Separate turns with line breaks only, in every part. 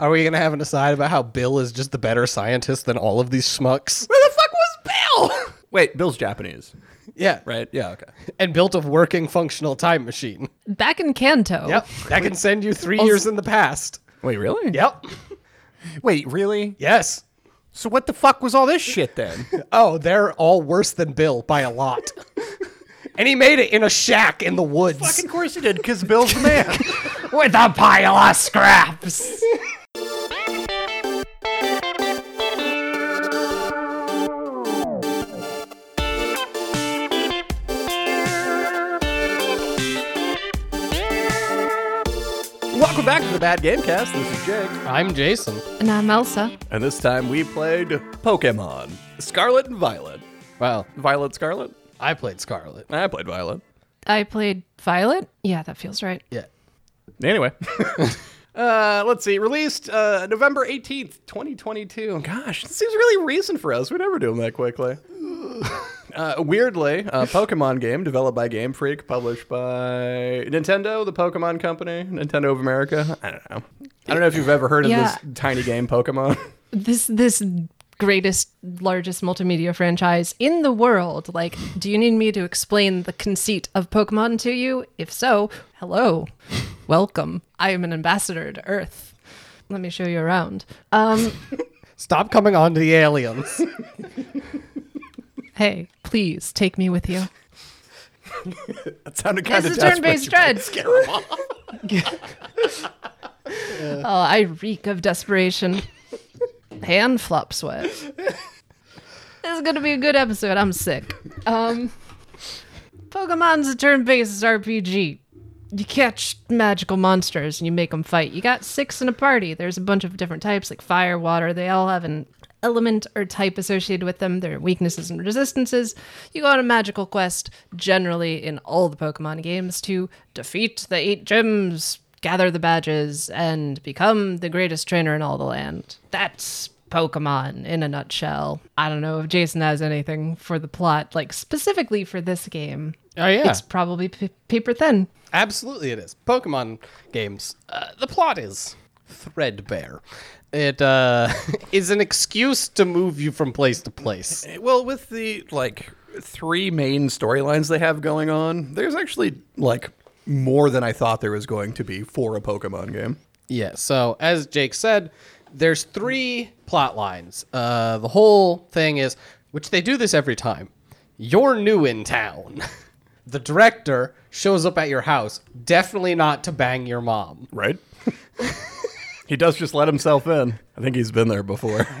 Are we gonna have an aside about how Bill is just the better scientist than all of these schmucks? Where the fuck was Bill?
Wait, Bill's Japanese,
yeah,
right? Yeah, okay.
And built a working functional time machine.
Back in Kanto.
Yep, that can send you three years in the past.
Wait, really?
Yep.
Wait, really?
Yes.
So what the fuck was all this shit then?
Oh, they're all worse than Bill by a lot. and he made it in a shack in the woods.
Fucking course he did, because Bill's the man.
with a pile of scraps.
Welcome back to the Bad Gamecast. This is Jake.
I'm Jason.
And I'm Elsa.
And this time we played Pokemon Scarlet and Violet.
Well,
Violet Scarlet?
I played Scarlet.
I played Violet.
I played Violet. Yeah, that feels right.
Yeah.
Anyway. Uh, let's see. Released uh, November 18th, 2022. Gosh, this seems really recent for us. We never do them that quickly. Uh, weirdly, a Pokemon game developed by Game Freak, published by Nintendo, the Pokemon Company, Nintendo of America. I don't know. I don't know if you've ever heard of
Yeah.
this tiny game Pokemon.
This this greatest largest multimedia franchise in the world. Like, do you need me to explain the conceit of Pokemon to you? If so, hello. Welcome. I am an ambassador to Earth. Let me show you around. Um
Stop coming on to the aliens.
hey, please take me with you.
that sounded kind
It's
of
a turn-based strategy.
Scaramouche.
Oh, I reek of desperation. Hand flop sweat. This is gonna be a good episode. I'm sick. Um, Pokemon's a turn-based RPG. You catch magical monsters and you make them fight. You got six in a party. There's a bunch of different types, like fire, water. They all have an element or type associated with them. Their weaknesses and resistances. You go on a magical quest, generally in all the Pokemon games, to defeat the eight gyms, gather the badges, and become the greatest trainer in all the land. That's Pokemon in a nutshell. I don't know if Jason has anything for the plot, like specifically for this game.
Oh, yeah.
It's probably p- paper thin.
Absolutely, it is. Pokemon games. Uh, the plot is threadbare. It uh, is an excuse to move you from place to place.
Well, with the like three main storylines they have going on, there's actually like more than I thought there was going to be for a Pokemon game.
Yeah. So as Jake said, there's three plot lines. Uh, the whole thing is, which they do this every time. You're new in town. the director shows up at your house, definitely not to bang your mom.
Right? he does just let himself in. I think he's been there before.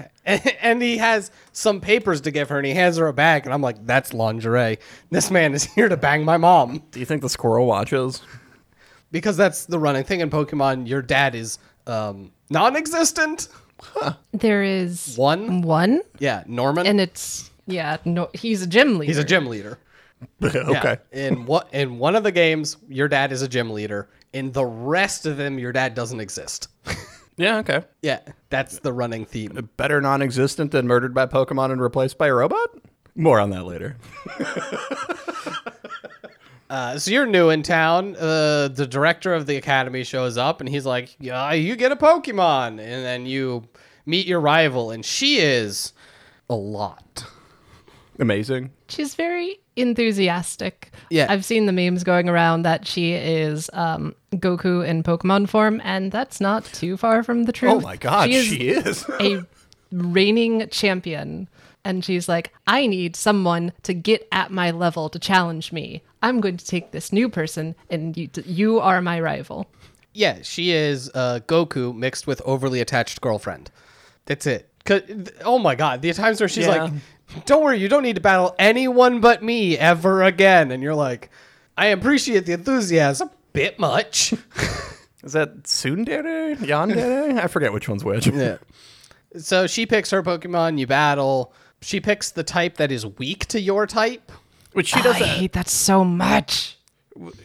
And he has some papers to give her, and he hands her a bag, and I'm like, "That's lingerie. This man is here to bang my mom."
Do you think the squirrel watches?
because that's the running thing in Pokemon. Your dad is um, non-existent.
There is
One,
one,
yeah, Norman.
Mm. and it's yeah. No, he's a gym leader.
he's a gym leader.
okay.
Yeah. In what in one of the games, your dad is a gym leader. In the rest of them, your dad doesn't exist.
Yeah, okay.
yeah, that's the running theme.
Better non existent than murdered by Pokemon and replaced by a robot? More on that later.
Uh, so you're new in town. Uh, the director of the academy shows up, and he's like, "Yeah, you get a Pokemon," and then you meet your rival, and she is a lot.
Amazing.
She's very enthusiastic.
Yeah.
I've seen the memes going around that she is um, Goku in Pokemon form, and that's not too far from the truth.
Oh my god,
she is,
she is.
a reigning champion, and she's like, "I need someone to get at my level to challenge me. I'm going to take this new person, and you, you are my rival."
Yeah, she is uh, Goku mixed with overly attached girlfriend. That's it. 'Cause- th- oh my god, the times where she's
Yeah.
like, "Don't worry, you don't need to battle anyone but me ever again," and you're like, "I appreciate the enthusiasm, bit much."
Is that Tsundere? Yandere? I forget which one's which. Yeah.
so she picks her Pokemon. You battle. She picks the type that is weak to your type.
Which she
I
does that.
hate that so much.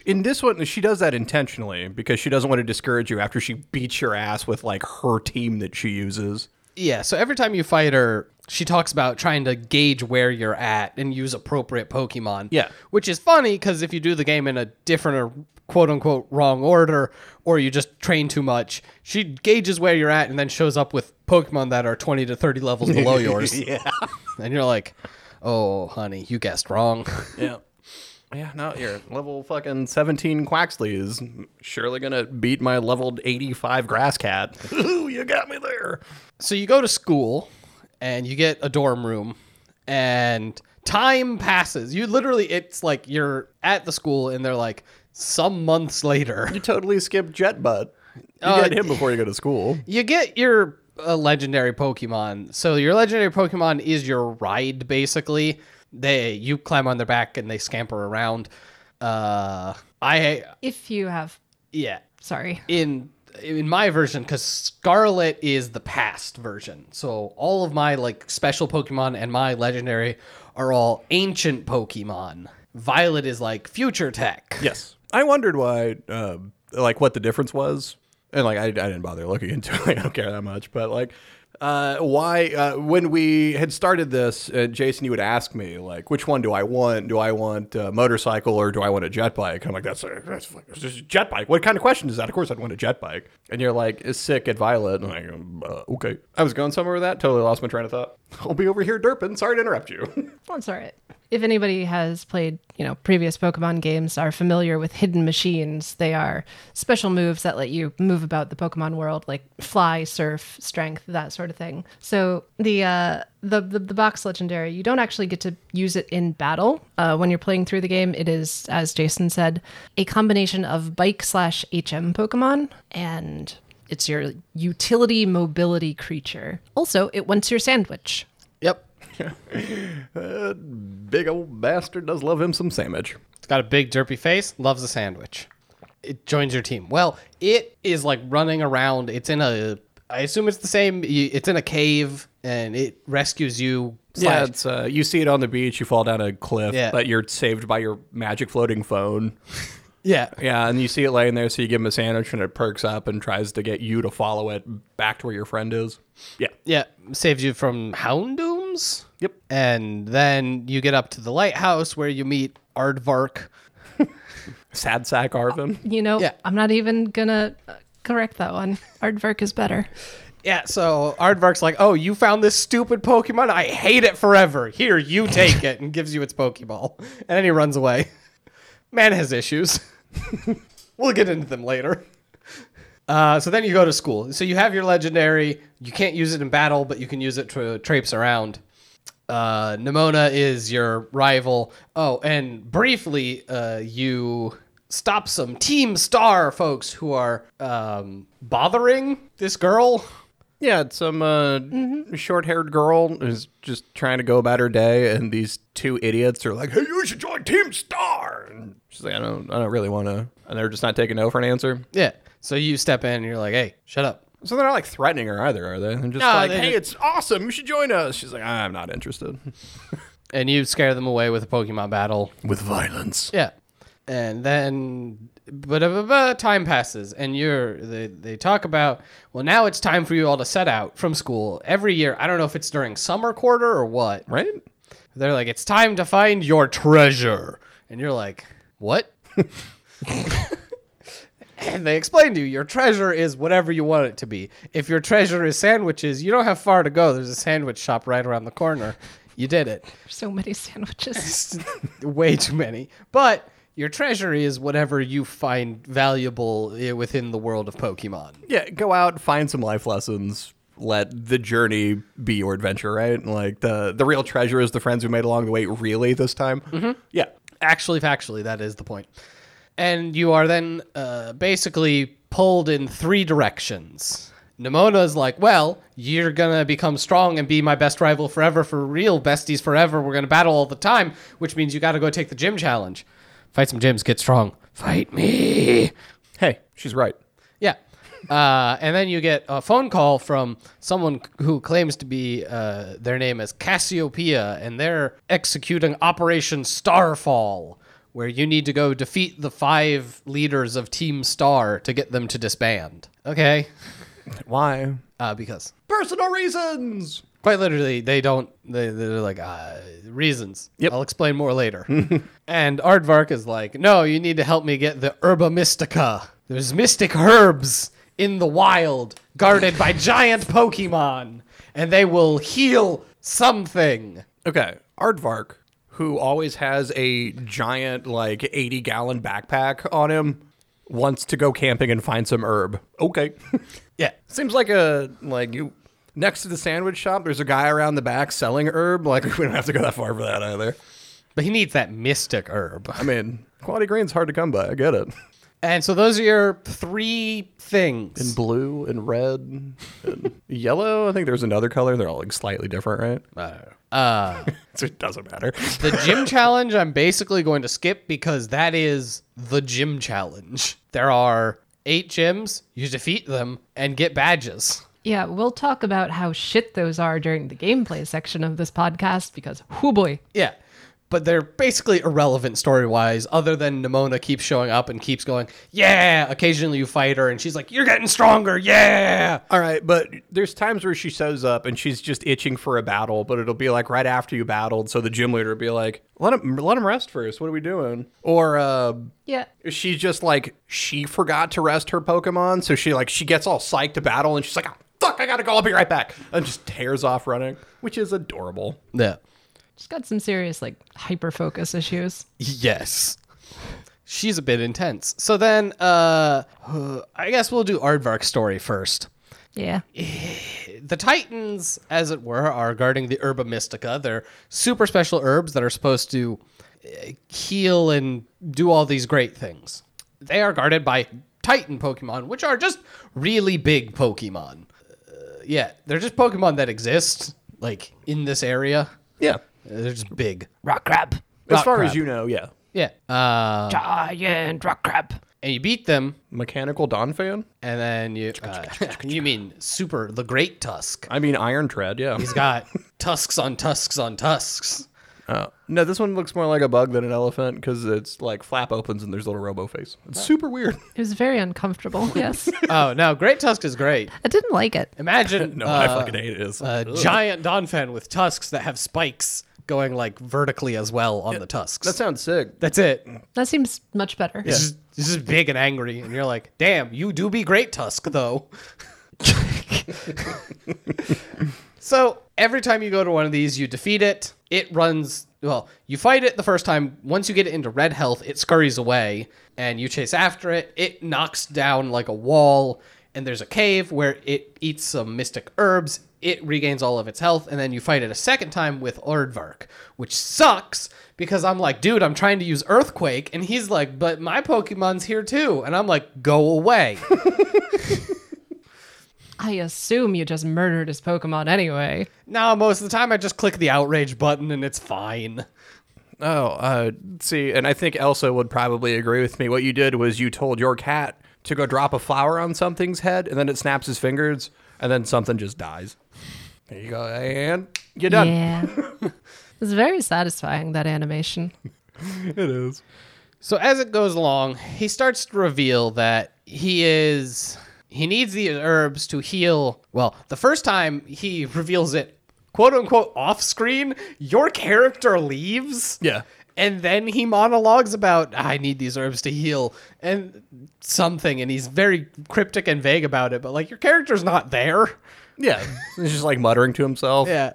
In this one, she does that intentionally because she doesn't want to discourage you after she beats your ass with like her team that she uses.
Yeah, so every time you fight her, she talks about trying to gauge where you're at and use appropriate Pokemon.
Yeah.
Which is funny because if you do the game in a different or quote unquote wrong order or you just train too much. She gauges where you're at and then shows up with Pokemon that are 20 to 30 levels below yours. yeah. And you're like, oh, honey, you guessed wrong.
Yeah. Yeah, no, your level fucking 17 Quaxley is surely gonna beat my leveled 85 grass cat. Ooh, you got me there.
so you go to school and you get a dorm room and time passes. You literally, it's like you're at the school and they're like, some months later.
You totally skipped Jet Butt. You
Uh,
get him before you go to school.
you get your uh, legendary Pokemon. So your legendary Pokemon is your ride, basically. They you climb on their back and they scamper around. Uh, I
If you have,
yeah
sorry.
in in my version because Scarlet is the past version. So all of my like special Pokemon and my legendary are all ancient Pokemon. Violet is like future tech.
Yes. I wondered why, uh, like, what the difference was. And, like, I, I didn't bother looking into it. I don't care that much. But, like, uh, why, uh, when we had started this, uh, Jason, you would ask me, like, which one do I want? Do I want a motorcycle or do I want a jet bike? I'm like, that's a, that's fuck- it's just a jet bike. What kind of question is that? Of course, I'd want a jet bike. And you're like, is sick at Violet. And I'm like, uh, okay. I was going somewhere with that. Totally lost my train of thought. I'll be over here derping. Sorry to interrupt you.
That's all right. If anybody has played, you know, previous Pokemon games, are familiar with hidden machines, they are special moves that let you move about the Pokemon world, like fly, surf, strength, that sort of thing. So the uh, the, the the box legendary, you don't actually get to use it in battle. Uh, when you're playing through the game, it is, as Jason said, a combination of bike slash HM Pokemon and. It's your utility mobility creature. Also, it wants your sandwich.
Yep.
Big old bastard does love him some sandwich.
It's got a big derpy face, loves a sandwich. It joins your team. Well, it is like running around. It's in a I assume it's the same y- it's in a cave and it rescues you.
Yeah,
Slash,
it's, uh, you see it on the beach. You fall down a cliff,
Yeah.
but you're saved by your magic floating phone.
yeah.
Yeah, and you see it laying there, so you give him a sandwich, and it perks up and tries to get you to follow it back to where your friend is. Yeah,
Yeah, saves you from houndooms.
Yep.
And then you get up to the lighthouse where you meet Aardvark.
sad sack Arvin.
You know,
Yeah.
I'm not even gonna uh, correct that one. Aardvark is better.
Yeah, so Aardvark's like, "Oh, you found this stupid Pokemon. I hate it forever. Here, you take it," and gives you its Pokeball, and then he runs away. Man has issues. we'll get into them later. Uh, so then you go to school. So you have your legendary. You can't use it in battle, but you can use it to traipse around. Uh, Nimona is your rival. Oh, and briefly, uh, you stop some Team Star folks who are um, bothering this girl.
Yeah, it's some uh,
Mm-hmm.
short-haired girl who's just trying to go about her day, and these two idiots are like, "Hey, you should join Team Star." And she's like, "I don't, I don't really want to," and they're just not taking no for an answer.
Yeah. So you step in and you're like, hey, shut up.
So they're not like threatening her either, are they? They're just
No,
like,
they
"Hey,
ju-
it's awesome. You should join us." She's like, "I'm not interested."
And you scare them away with a Pokemon battle.
With violence.
Yeah. And then but uh, time passes and you're they, they talk about well now it's time for you all to set out from school every year i don't know if it's during summer quarter or what
Right?
they're like it's time to find your treasure and you're like what and they explain to you your treasure is whatever you want it to be if your treasure is sandwiches you don't have far to go there's a sandwich shop right around the corner you did it
So many sandwiches.
way too many. But your treasure is whatever you find valuable eh, within the world of Pokemon.
Yeah, go out, find some life lessons. Let the journey be your adventure, right? And, Like the the real treasure is the friends we made along the way. Really, this time, mm-hmm. yeah,
Actually, factually, that is the point. And you are then uh, basically pulled in three directions. Nimona's like, well, you're gonna become strong and be my best rival forever for real, besties forever. We're gonna battle all the time, which means you gotta go take the gym challenge. Fight some gyms, get strong. Fight me.
hey, she's right.
Yeah. Uh, and then you get a phone call from someone who claims to be uh, their name is Cassiopeia, and they're executing Operation Starfall, where you need to go defeat the five leaders of Team Star to get them to disband. Okay.
Why?
Uh, because
Personal reasons.
Quite literally, they don't. They, they're like uh, reasons.
Yep.
I'll explain more later. and Aardvark is like, no, you need to help me get the herba mystica. There's mystic herbs in the wild, guarded by giant Pokemon, and they will heal something.
Okay, Aardvark, who always has a giant, like, 80 gallon backpack on him, wants to go camping and find some herb. Okay.
Yeah.
Seems like a, like, you. Next to the sandwich shop, there's a guy around the back selling herb. Like, we don't have to go that far for that either.
But he needs that mystic herb.
I mean, quality grain's hard to come by. I get it.
And so those are your three things.
Blue and red and yellow. I think there's another color. They're all like slightly different, right?
Uh,
So it doesn't matter.
the gym challenge, I'm basically going to skip because that is the gym challenge. There are eight gyms, you defeat them and get badges.
Yeah, we'll talk about how shit those are during the gameplay section of this podcast because whoo boy.
Yeah. But they're basically irrelevant story wise, other than Nimona keeps showing up and keeps going, Yeah. Occasionally you fight her and she's like, You're getting stronger. Yeah.
All right, but there's times where she shows up and she's just itching for a battle, but it'll be like right after you battled, so the gym leader will be like, "Let him, let him rest first. What are we doing?" Or uh,
Yeah.
she's just like she forgot to rest her Pokemon, so she like she gets all psyched to battle and she's like, oh, "Fuck, I gotta go. I'll be right back," and just tears off running, which is adorable.
Yeah.
She's got some serious like hyper focus issues.
Yes. She's a bit intense. So then, uh, I guess we'll do Aardvark's story first.
Yeah.
The Titans, as it were, are guarding the Herba Mystica. They're super special herbs that are supposed to uh, heal and do all these great things. They are guarded by Titan Pokemon, which are just really big Pokemon. Uh, yeah, they're just Pokemon that exist, like, in this area.
Yeah,
They're just big.
Rock crab.
as
Rock
far
crab.
as you know, yeah.
Yeah. Uh,
Giant rock crab.
and you beat them,
Mechanical Don fan.
And then you, uh, you mean Super the Great Tusk?
I mean, Iron Tread. Yeah.
He's got tusks on tusks on tusks.
Oh. No, this one looks more like a bug than an elephant because it's like flap opens and there's a little robo face. It's super weird.
It was very uncomfortable. Yes.
Oh no, Great Tusk is great.
I didn't like it.
Imagine
No, I
uh,
fucking hate it. It's
a
ugh.
giant Donphan with tusks that have spikes going like vertically as well on the tusks.
That sounds sick.
That's it.
Mm.
That seems much better.
It's just, it's just big and angry, and you're like, damn, you do be Great Tusk though. So every time you go to one of these, you defeat it. It runs. Well, you fight it the first time. Once you get it into red health, it scurries away, and you chase after it. It knocks down like a wall, and there's a cave where it eats some mystic herbs. It regains all of its health, and then you fight it a second time with Ordvark, which sucks because I'm like, dude, I'm trying to use Earthquake, and he's like, but my Pokemon's here too, and I'm like, go away.
I assume you just murdered his Pokemon anyway.
now most of the time, I just click the outrage button, and it's fine.
Oh, uh, see, and I think Elsa would probably agree with me. What you did was you told your cat to go drop a flower on something's head, and then it snaps his fingers, and then something just dies. There you go, and you're done.
Yeah. it's very satisfying that animation.
It is.
So as it goes along, he starts to reveal that he is he needs these herbs to heal. Well, the first time he reveals it, quote unquote, off screen, your character leaves.
Yeah.
And then he monologues about I need these herbs to heal and something, and he's very cryptic and vague about it. But like your character's not there.
Yeah. He's just like muttering to himself
Yeah,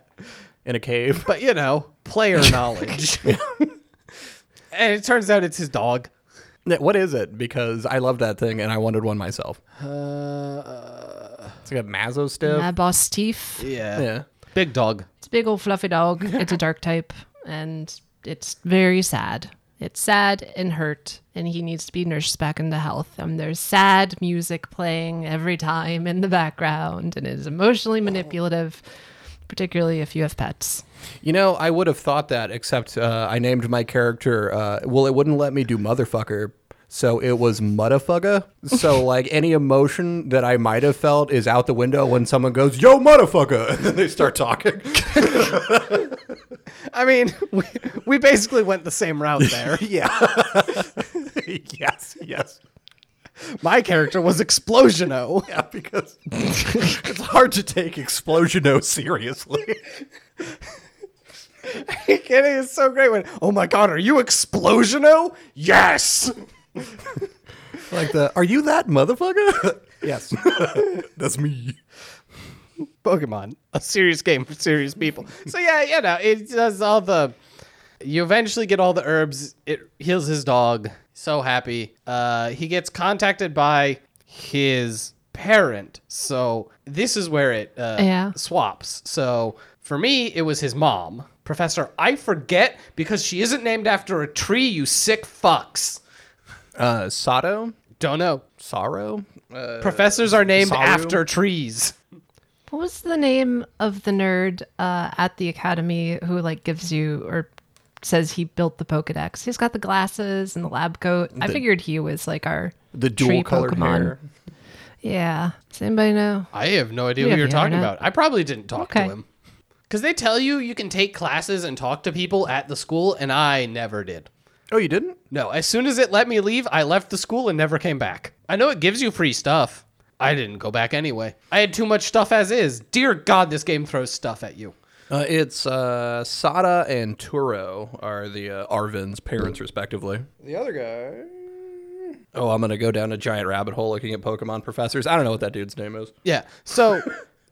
in a cave.
but you know, player knowledge. and it turns out it's his dog.
What is it? Because I love that thing, and I wanted one myself. It's like a Mazo stiff.
My boss Steve.
yeah.
yeah.
Big dog.
It's a big old fluffy dog. It's a dark type, and it's very sad. It's sad and hurt, and he needs to be nursed back into health. And there's sad music playing every time in the background, and it is emotionally manipulative, particularly if you have pets.
You know, I would have thought that, except uh, I named my character. Uh, well, it wouldn't let me do motherfucker, so it was motherfucker. So, like, any emotion that I might have felt is out the window when someone goes, "Yo, motherfucker," and then they start talking.
I mean, we, we basically went the same route there.
yeah. yes. Yes.
My character was Explosiono.
Yeah, because it's hard to take Explosiono seriously.
Kenny is so great when, oh my god, are you Explosiono? Yes!
like the, are you that motherfucker?
Yes.
That's me.
Pokemon, a serious game for serious people. So yeah, you know, it does all the. You eventually get all the herbs. It heals his dog. So happy. Uh, he gets contacted by his parent. So this is where it uh,
Yeah.
swaps. So for me, it was his mom, Professor. I forget because she isn't named after a tree. You sick fucks.
Uh, Sato?
Don't know.
Sorrow? Uh,
Professors are named
Saru?
after trees.
What was the name of the nerd uh, at the academy who like gives you or says he built the Pokedex? He's got the glasses and the lab coat. I figured he was like our
the
tree
dual colored
Pokemon.
hair.
Yeah. Does anybody know?
I have no idea
We
who
have
you're
the
talking
internet.
about. I probably didn't talk
Okay.
to him. Because they tell you you can take classes and talk to people at the school, and I never did.
Oh, you didn't?
No, as soon as it let me leave, I left the school and never came back. I know it gives you free stuff. I didn't go back anyway. I had too much stuff as is. Dear God, this game throws stuff at you.
Uh, it's uh, Sada and Turo are the uh, Arvin's parents, respectively. The other guy. Oh, I'm gonna go down a giant rabbit hole looking at Pokemon professors. I don't know what that dude's name is.
Yeah. So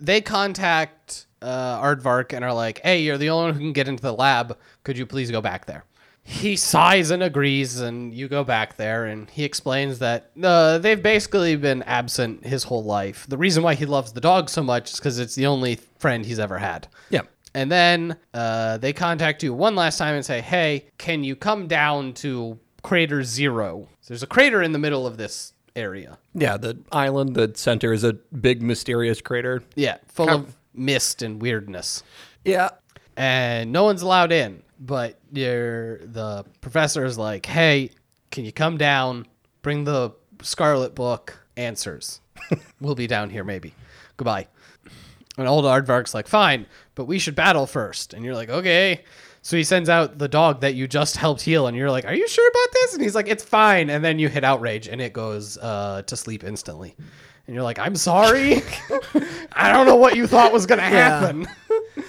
they contact uh, Aardvark and are like, hey, you're the only one who can get into the lab. Could you please go back there? He sighs and agrees, and you go back there, and he explains that uh, they've basically been absent his whole life. The reason why he loves the dog so much is because it's the only friend he's ever had.
Yeah.
And then uh, they contact you one last time and say, hey, can you come down to Crater Zero? There's a crater in the middle of this area.
Yeah, the island, the center is a big mysterious crater.
Yeah, full
Come-
of mist and weirdness.
Yeah.
and no one's allowed in. But you're, the professor is like, "Hey, can you come down? Bring the Scarlet Book answers. we'll be down here, maybe. Goodbye." And old Aardvark's like, "Fine, but we should battle first. And you're like, "Okay." So he sends out the dog that you just helped heal, and you're like, "Are you sure about this?" And he's like, "It's fine." And then you hit outrage, and it goes uh, to sleep instantly. And you're like, "I'm sorry. I don't know what you thought was gonna happen."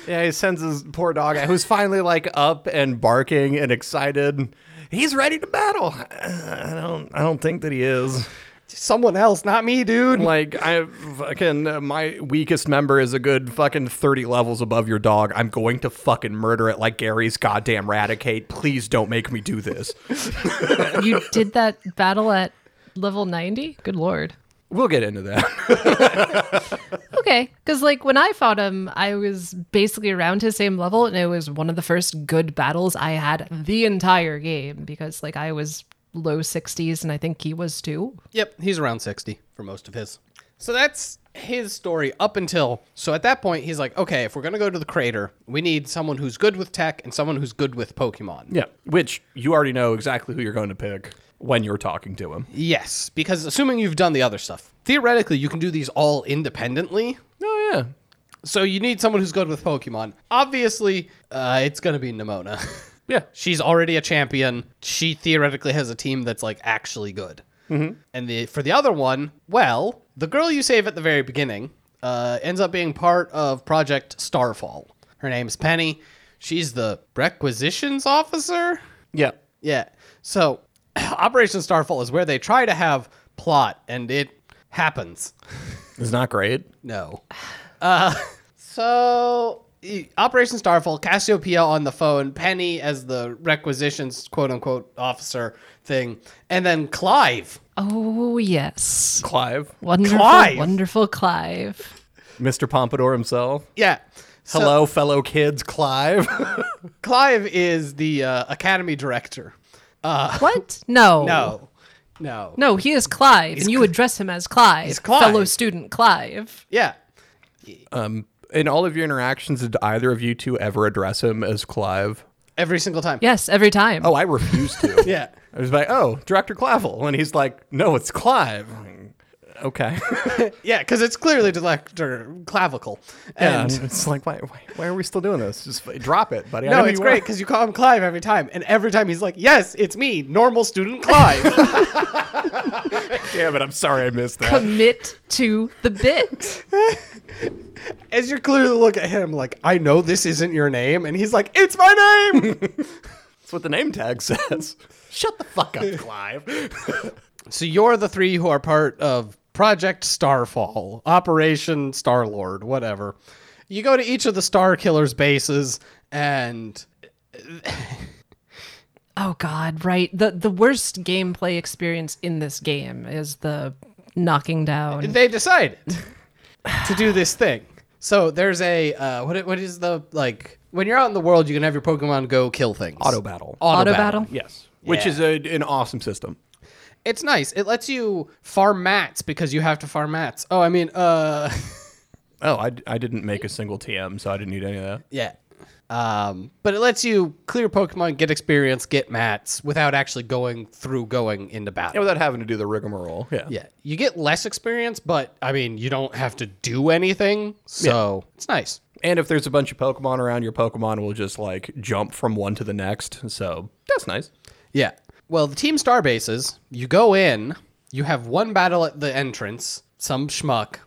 Yeah, he sends his poor dog out, who's finally like up and barking and excited. He's ready to battle. I don't I don't think that he is.
Someone else, not me, dude.
Like I fucking uh, my weakest member is a good fucking 30 levels above your dog. I'm going to fucking murder it like Gary's goddamn Radicate. Please don't make me do this.
You did that battle at level 90? Good lord.
we'll get into that.
Okay, because like when I fought him, I was basically around his same level, and it was one of the first good battles I had the entire game because like I was low 60s and I think he was too.
Yep, he's around 60 for most of his. So that's his story up until. So at that point, he's like, okay, if we're going to go to the crater, we need someone who's good with tech and someone who's good with Pokemon.
yeah, which you already know exactly who you're going to pick when you're talking to him.
Yes, because assuming you've done the other stuff, theoretically, you can do these all independently.
Oh yeah.
So you need someone who's good with Pokemon. Obviously, uh, it's going to be Nimona.
Yeah.
She's already a champion. She theoretically has a team that's like actually good. And the for the other one, well, the girl you save at the very beginning uh, ends up being part of Project Starfall. Her name's Penny. She's the requisitions officer.
Yeah.
Yeah. So Operation Starfall is where they try to have plot, and it happens.
It's not great.
No. Uh, so e- Operation Starfall, Cassiopeia on the phone, Penny as the requisitions quote unquote officer thing, and then Clive.
Oh yes,
Clive,
wonderful,
Clive!
wonderful Clive.
Mr. Pompadour himself.
Yeah. So
Hello, fellow kids, Clive.
Clive is the uh, academy director.
What? No,
Oh.
No. No.
no. He is Clive, and you address him as Clive,
He's Clive.
fellow student Clive.
Yeah.
In all of your interactions, did either of you two ever address him as Clive?
Every single time.
Yes, every time.
Oh, I refused to.
Yeah.
I was like, oh, Director Clavel. And he's like, no, it's Clive. I'm like, Okay.
Yeah, because it's clearly director clavicle. And
And it's like, why, why, why are we still doing this? Just f- drop it, buddy. I know
no,
who
it's
you
great
are.
because you call him Clive every time. And every time he's like, yes, it's me, normal student Clive.
Damn it, I'm sorry I missed that.
Commit to the bit.
As you're clearly look at him, like, I know this isn't your name, and he's like, It's my name.
That's what the name tag says. Shut the fuck up, Clive.
so you're the three who are part of Project Starfall, Operation Starlord, whatever. You go to each of the Star Killers bases, and
Oh god, right. The the worst gameplay experience in this game is the knocking down.
they decided to do this thing. So there's a uh, what? i- What is the like? When you're out in the world, you can have your Pokemon go kill things.
Auto battle.
Auto battle.
Yes. Which
Yeah.
is a, an awesome system.
It's nice. It lets you farm mats because you have to farm mats. Oh, I mean, uh,
Oh, I, I didn't make a single TM, so I didn't need any of that.
yeah. Um, but it lets you clear Pokemon, get experience, get mats without actually going through going into
Yeah,
battle.
without having to do the rigmarole. Yeah.
Yeah, you get less experience, but I mean, you don't have to do anything, so it's nice.
And if there's a bunch of Pokemon around, your Pokemon will just like jump from one to the next. So that's nice.
Yeah. Well, the Team Star bases, you go in, you have one battle at the entrance, some schmuck,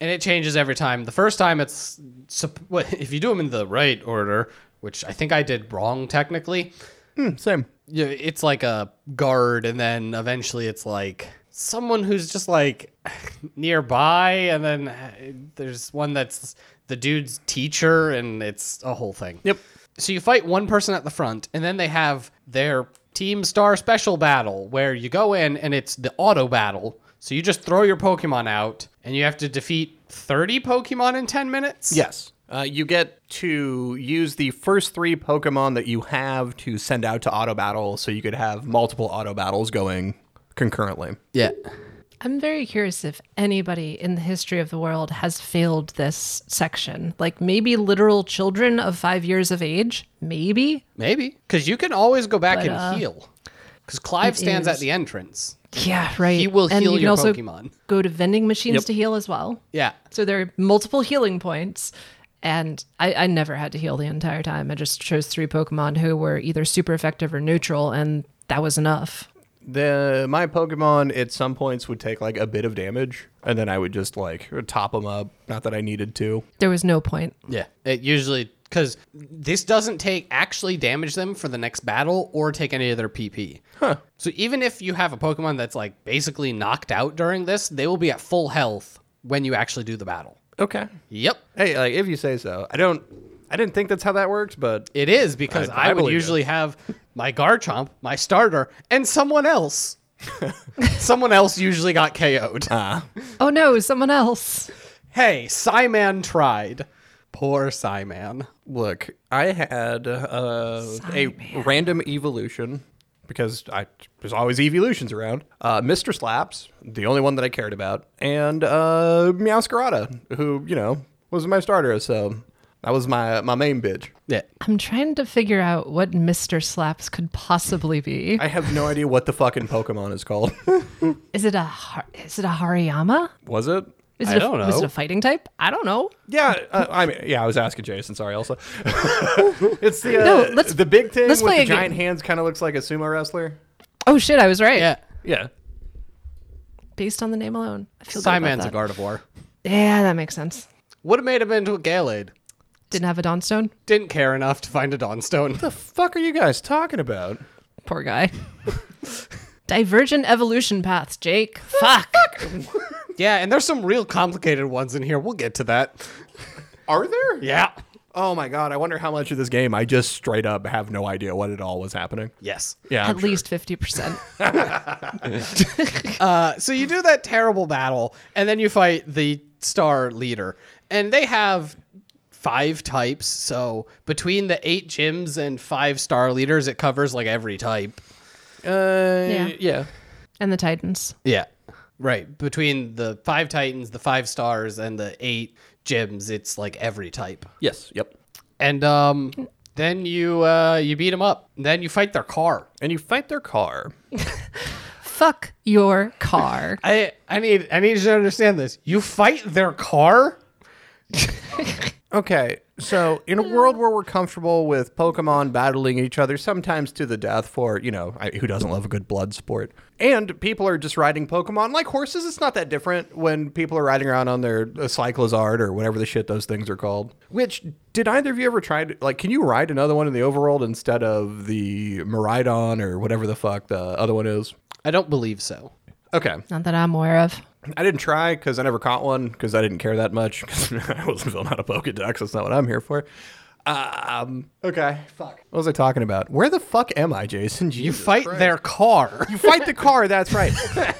and it changes every time. The first time it's sup- what- if you do them in the right order, which I think I did wrong technically.
Hmm, same.
You it's like a guard, and then eventually it's like someone who's just like nearby, and then uh, there's one that's the dude's teacher, and it's a whole thing.
Yep.
So you fight one person at the front, and then they have their Team Star special battle where you go in and it's the auto battle. So you just throw your Pokemon out and you have to defeat 30 Pokemon in 10 minutes?
Yes. Uh, you get to use the first three Pokemon that you have to send out to auto battle, so you could have multiple auto battles going concurrently.
Yeah.
I'm very curious if anybody in the history of the world has failed this section. Like maybe literal children of 5 years of age, maybe.
Maybe. Because you can always go back
But,
and
uh,
heal. Because Clive
it
stands at
is-
the entrance.
Yeah, right.
He will
and
heal
you can
your
also
Pokemon.
Go to vending machines to heal as well.
Yeah.
So there are multiple healing points. And I, I never had to heal the entire time. I just chose three Pokemon who were either super effective or neutral, and that was enough.
The my Pokemon at some points would take like a bit of damage, and then I would just like top them up. Not that I needed to.
There was no point.
Yeah. It usually. Because this doesn't take actually damage them for the next battle or take any of their PP. Huh. So even if you have a Pokemon that's like basically knocked out during this, they will be at full health when you actually do the battle.
Okay.
Yep.
Hey, like if you say so. I don't. I didn't think that's how that works, but
It is because
I- I
I, would
believe it.
usually have my Garchomp, my starter, and someone else. someone else usually got KO'd.
Oh no, someone else.
hey, Psyman tried. Poor Psyman.
Look, I had uh, a
Cyman.
random evolution because I there's always evolutions around. Uh, Mr. Slaps, the only one that I cared about, and uh, Meowscarada, who you know was my starter, so that was my my main bitch.
Yeah.
I'm trying to figure out what Mr. Slaps could possibly be.
I have no idea what the fucking Pokemon is called.
Is it a Har- is it a Hariyama?
was it?
Is
I
it a,
don't
Was
know.
it a fighting type? I don't know.
Yeah, uh, I mean, yeah, I was asking Jason. Sorry, Elsa. it's the uh,
No, let's-
the big thing
let's
with
play
the
a game.
giant hands. Kind of looks like a sumo wrestler.
Oh shit, I was right.
Yeah.
Yeah,
Based on the name alone, I feel good about
Psyman's a
that.
Gardevoir.
Yeah, that makes sense.
Would have made him into a Gallade.
Didn't have a Dawnstone.
Didn't care enough to find a Dawnstone.
the fuck are you guys talking about?
Poor guy. Divergent evolution paths, Jake. Fuck.
yeah, and there's some real complicated ones in here. We'll get to that.
Are there?
Yeah.
Oh my god, I wonder how much of this game I just straight up have no idea what at all was happening.
Yes.
Yeah.
At least fifty percent.
Uh, so you do that terrible battle, and then you fight the star leader, and they have five types. So between the eight gyms and five star leaders, it covers like every type.
Uh,
Yeah. And the Titans.
Yeah, right. Between the five titans, the five stars, and the eight gyms, it's like every type.
Yes. Yep.
And um, then you uh, you beat them up. Then you fight their car.
And you fight their car.
Fuck your car.
I I need I need you to understand this. You fight their car.
Okay, so in a world where we're comfortable with Pokemon battling each other, sometimes to the death for, you know, I, who doesn't love a good blood sport? And people are just riding Pokemon like horses. It's not that different when people are riding around on their uh, Cyclozard or whatever the shit those things are called. Which, did either of you ever try to, like, can you ride another one in the overworld instead of the Maridon or whatever the fuck the other one is?
I don't believe so.
Okay.
Not that I'm aware of.
I didn't try because I never caught one because I didn't care that much 'cause I wasn't filling out a Pokedex. That's not what I'm here for. Um. Okay. Fuck. What was I talking about? Where the fuck am I, Jason?
You fight their car.
You fight the car. That's right.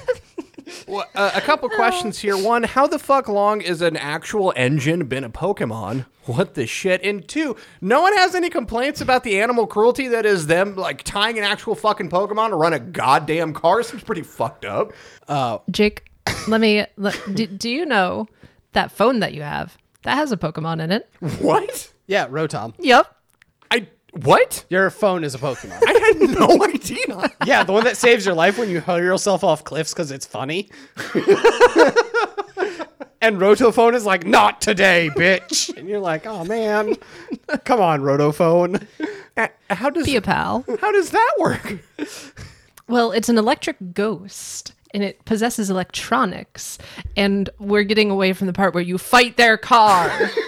well, uh, a couple questions here. One, how the fuck long is an actual engine been a Pokemon? What the shit? And two, no one has any complaints about the animal cruelty that is them like tying an actual fucking Pokemon to run a goddamn car. Seems pretty fucked up.
Jake, let me. Let, do, do you know that phone that you have? That has a Pokemon in it.
What?
Yeah, Rotom.
Yep.
I what?
Your phone is a Pokemon.
I had no idea.
yeah, the one that saves your life when you hurl yourself off cliffs because it's funny. and Rotophone is like, not today, bitch. And you're like, oh man, come on, Rotophone.
How does
Be a pal.
how does that work?
Well, it's an electric ghost and it possesses electronics. And we're getting away from the part where you fight their car.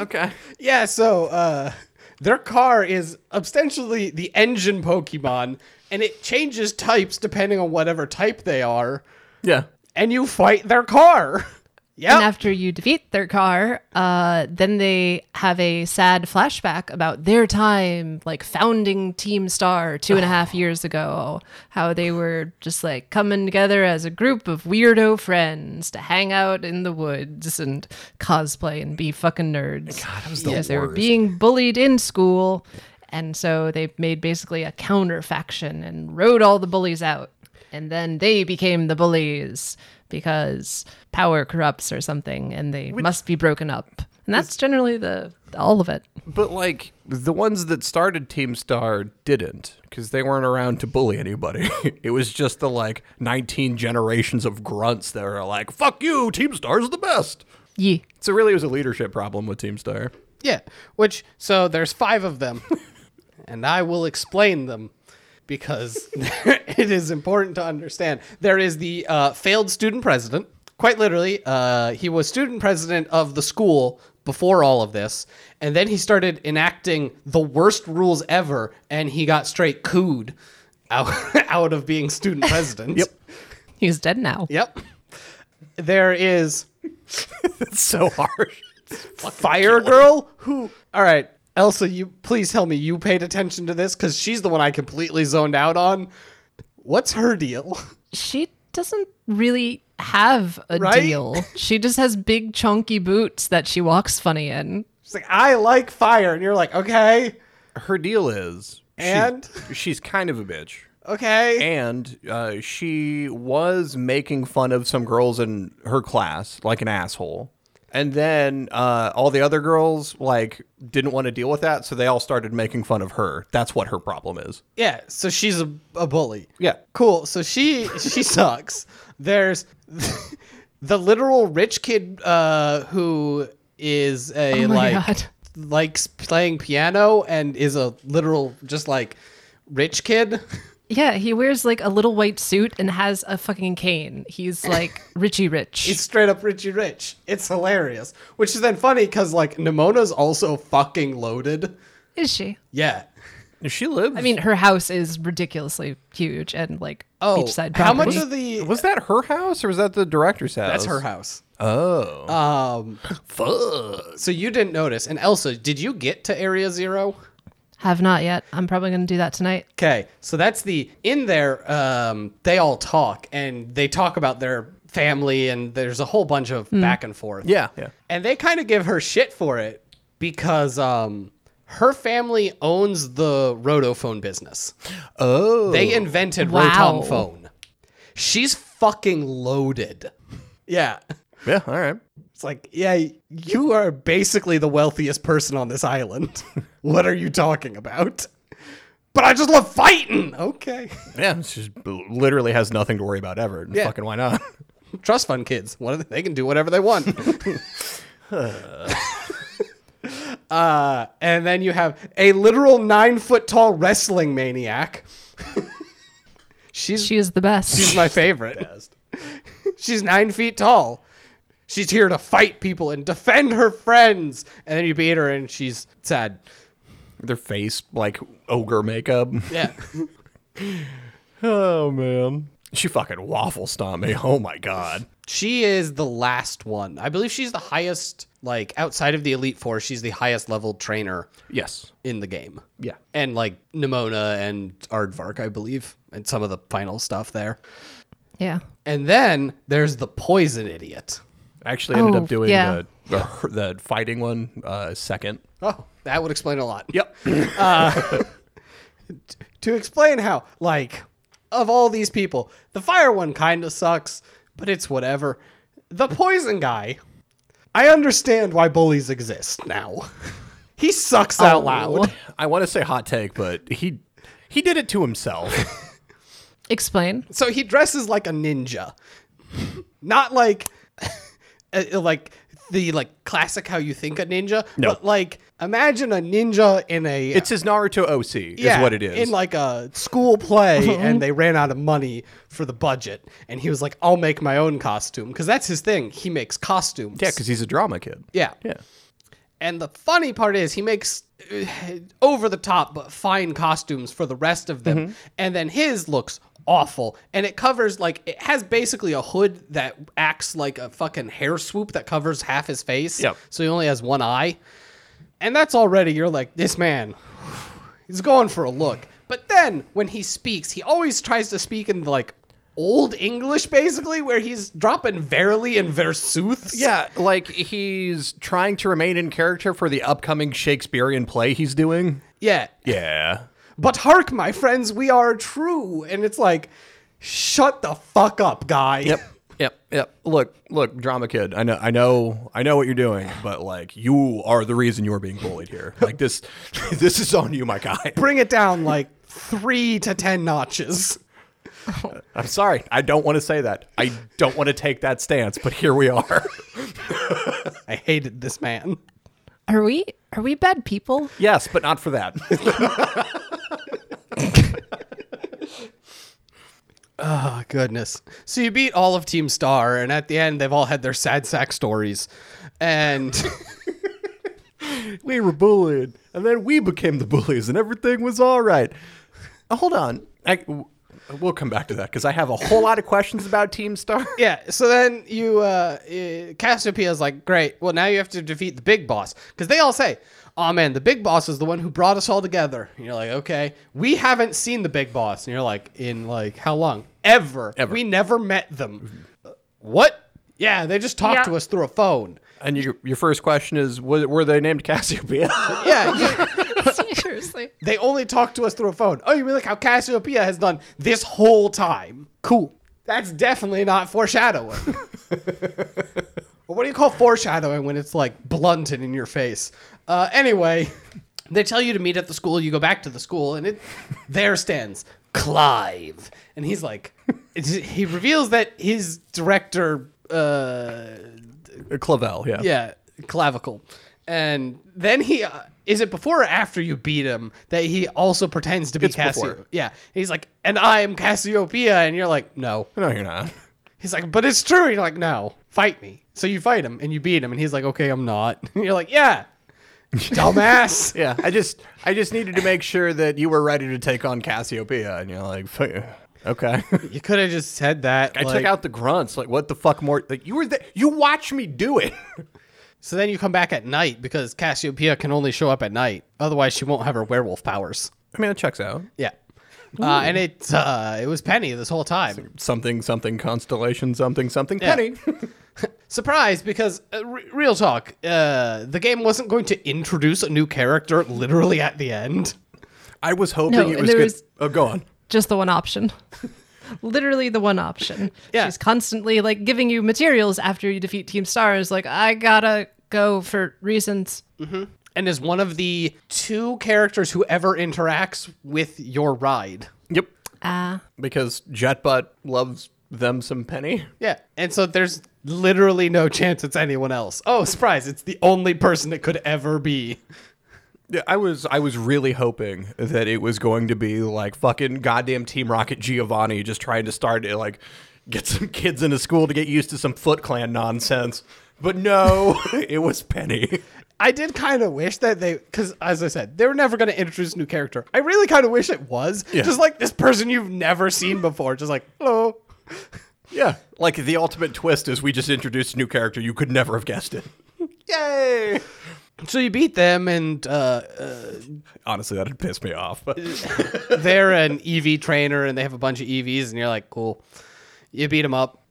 Okay.
Yeah, so uh, their car is ostensibly the engine Pokemon, and it changes types depending on whatever type they are,
Yeah.
and you fight their car.
And
Yep.
after you defeat their car, uh, then they have a sad flashback about their time, like founding Team Star two and a half years ago. How they were just like coming together as a group of weirdo friends to hang out in the woods and cosplay and be fucking nerds. God,
that was the
Because they were
worst.
being bullied in school. And so they made basically a counter faction and rode all the bullies out. And then they became the bullies because power corrupts or something and they must be broken up. And that's generally the all of it.
But like the ones that started Team Star didn't because they weren't around to bully anybody. it was just the like 19 generations of grunts that are like, "Fuck you, Team Star's the best."
Yeah.
So really, it was a leadership problem with Team Star.
Yeah, which so there's five of them, and I will explain them because it is important to understand. There is the uh, failed student president. Quite literally, uh, he was student president of the school before all of this, and then he started enacting the worst rules ever, and he got straight cooed out, out of being student president. yep.
He's dead now.
Yep. There is
It's so harsh.
Fire Girl? Who? All right, Elsa, you please tell me you paid attention to this because she's the one I completely zoned out on. What's her deal?
She doesn't really have a
Right?
deal. She just has big chunky boots that she walks funny in.
She's like, I like fire, and you're like, okay,
Her deal is she's-
And?
she's kind of a bitch.
okay,
and uh, she was making fun of some girls in her class like an asshole and then uh, all the other girls like didn't want to deal with that so they all started making fun of her that's what her problem is
yeah. So she's a, a bully.
Yeah.
cool. So she she sucks. There's the literal rich kid uh, who is a
Oh my
like
God.
likes playing piano and is a literal just like rich kid.
Yeah, he wears like a little white suit and has a fucking cane. He's like Richie Rich.
It's straight up Richie Rich. It's hilarious. Which is then funny because, like, Nimona's also fucking loaded.
Is she?
Yeah.
she lives
I mean, her house is ridiculously huge and like
Oh,
beachside.
how much
property.
of the.
was that her house or was that the director's house
That's her house.
oh
Um,
fuck
so you didn't notice. And Elsa, did you get to Area Zero?
Have not yet. I'm probably going to do that tonight.
Okay, so that's the in there. Um, they all talk and they talk about their family, and there's a whole bunch of
Hmm.
back and forth.
yeah yeah
and they kind of give her shit for it because um, her family owns the rotophone business.
oh
They invented
Wow.
Rotom phone. She's fucking loaded. Yeah.
yeah all right
It's like, yeah, you are basically the wealthiest person on this island. what are you talking about? But I just love fighting. Okay.
yeah she literally has nothing to worry about ever fucking why not
Trust fund kids. What are they, they can do whatever they want. Uh, and then you have a literal nine foot tall wrestling maniac. she's
She is the
she's
best.
my favorite. she's nine feet tall. She's here to fight people and defend her friends. And then you beat her, and she's sad.
Their face like ogre makeup.
Yeah.
Oh man. She fucking waffle stomped me. Oh my god.
She is the last one. I believe she's the highest, like outside of the Elite Four, she's the highest level trainer
Yes.
in the game.
Yeah.
And like Nimona and Aardvark, I believe, and some of the final stuff there.
yeah.
And then there's the poison idiot.
I actually ended
Oh,
up doing
yeah.
the, the the fighting one uh, second.
Oh, that would explain a lot.
Yep.
To explain how, like, of all these people, the fire one kind of sucks, but it's whatever. The poison guy, I understand why bullies exist now. he sucks
Oh.
out loud.
I want to say hot take, but he he did it to himself.
Explain.
So he dresses like a ninja, not like uh, like the like classic how you think a ninja,
No.
but like imagine a ninja in a
it's his Naruto OC is what it is. Mm-hmm.
In like a school play, and they ran out of money for the budget, and he was like, "I'll make my own costume," because that's his thing. He makes costumes.
yeah, because he's a drama kid.
yeah.
Yeah.
And the funny part is, he makes over the top but fine costumes for the rest of them,
Mm-hmm.
and then his looks awful, and it covers like it has basically a hood that acts like a fucking hair swoop that covers half his face.
Yep.
So he only has one eye. And that's already, you're like, this man, he's going for a look. But then when he speaks, he always tries to speak in like old English, basically, where he's dropping verily and versooth.
Yeah, like he's trying to remain in character for the upcoming Shakespearean play he's doing.
Yeah.
Yeah.
But hark, my friends, we are true. And it's like, shut the fuck up, guy.
Yep. Yep. Yep. Look, look, drama kid. I know I know I know what you're doing, but like you are the reason you're being bullied here. Like this this is on you, my guy.
Bring it down like three to ten notches.
I'm sorry. I don't want to say that. I don't want to take that stance, but here we are.
I hated this man.
Are we are we bad people?
yes, but not for that.
Oh, goodness. So you beat all of Team Star, and at the end, they've all had their sad sack stories. And.
we were bullied, and then we became the bullies, and everything was all right. Uh, Hold on. I w- We'll come back to that because I have a whole lot of questions about Team Star.
Yeah. So then you, uh, uh, Cassiopeia's like, great. Well, now you have to defeat the big boss because they all say, "Oh man, the big boss is the one who brought us all together." And you're like, okay, we haven't seen the big boss, and you're like, in like how long? Ever.
Ever.
We never met them. Uh, What? Yeah, they just talked
Yeah.
to us through a phone.
And your your first question is, wa- were they named Cassiopeia?
Yeah, you-
Seriously.
they only talked to us through a phone. Oh, you mean like how Cassiopeia has done this whole time? Cool. That's definitely not foreshadowing. Well, what do you call foreshadowing when it's like blunt and in your face? Uh, anyway, they tell you to meet at the school. You go back to the school, and it there stands Clive, and he's like, it's- he reveals that his director, uh,
Clavel, yeah.
yeah, clavicle, and then he uh, is it before or after you beat him that he also pretends to be
It's before.
Cassiopeia? Yeah, he's like, and I am Cassiopeia, and you're like, no.
No, you're not.
He's like, but it's true. You're like, no, fight me. So you fight him and you beat him, and he's like, okay, I'm not. And you're like, yeah, dumbass.
Yeah, I just I just needed to make sure that you were ready to take on Cassiopeia, and you're like, "Fuck, okay.
You could have just said that.
I took
like-
out the grunts. Like, what the fuck more? Like, you were there. You watched me do it.
So then you come back at night because Cassiopeia can only show up at night. Otherwise, she won't have her werewolf powers.
I mean, it checks out.
Yeah. Uh, and it uh, it was Penny this whole time.
Something, something, constellation, something, something.
Yeah.
Penny.
Surprised because uh, re- real talk, uh, the game wasn't going to introduce a new character literally at the end.
I was hoping
No,
it
and
was
there
good.
was-
Oh, go on.
Just the one option. Literally the one option.
Yeah.
She's constantly like giving you materials after you defeat Team Star. Is like I gotta go for reasons.
And is one of the two characters who ever interacts with your ride.
Yep.
Ah,
Because Jetbutt loves them some penny.
Yeah. And so there's literally no chance it's anyone else. Oh, surprise. It's the only person it could ever be.
Yeah, I was I was really hoping that it was going to be like fucking goddamn Team Rocket Giovanni just trying to start to like get some kids into school to get used to some Foot Clan nonsense. But no, it was Penny.
I did kind of wish that they, because as I said, they were never going to introduce a new character. I really kind of wish it was.
Yeah.
Just like this person you've never seen before. Just like, hello.
Yeah, like the ultimate twist is we just introduced a new character you could never have guessed it.
Yay. So you beat them, and uh,
Honestly, that'd piss me off. But
they're an EV trainer, and they have a bunch of EVs, and you're like, cool. You beat them up.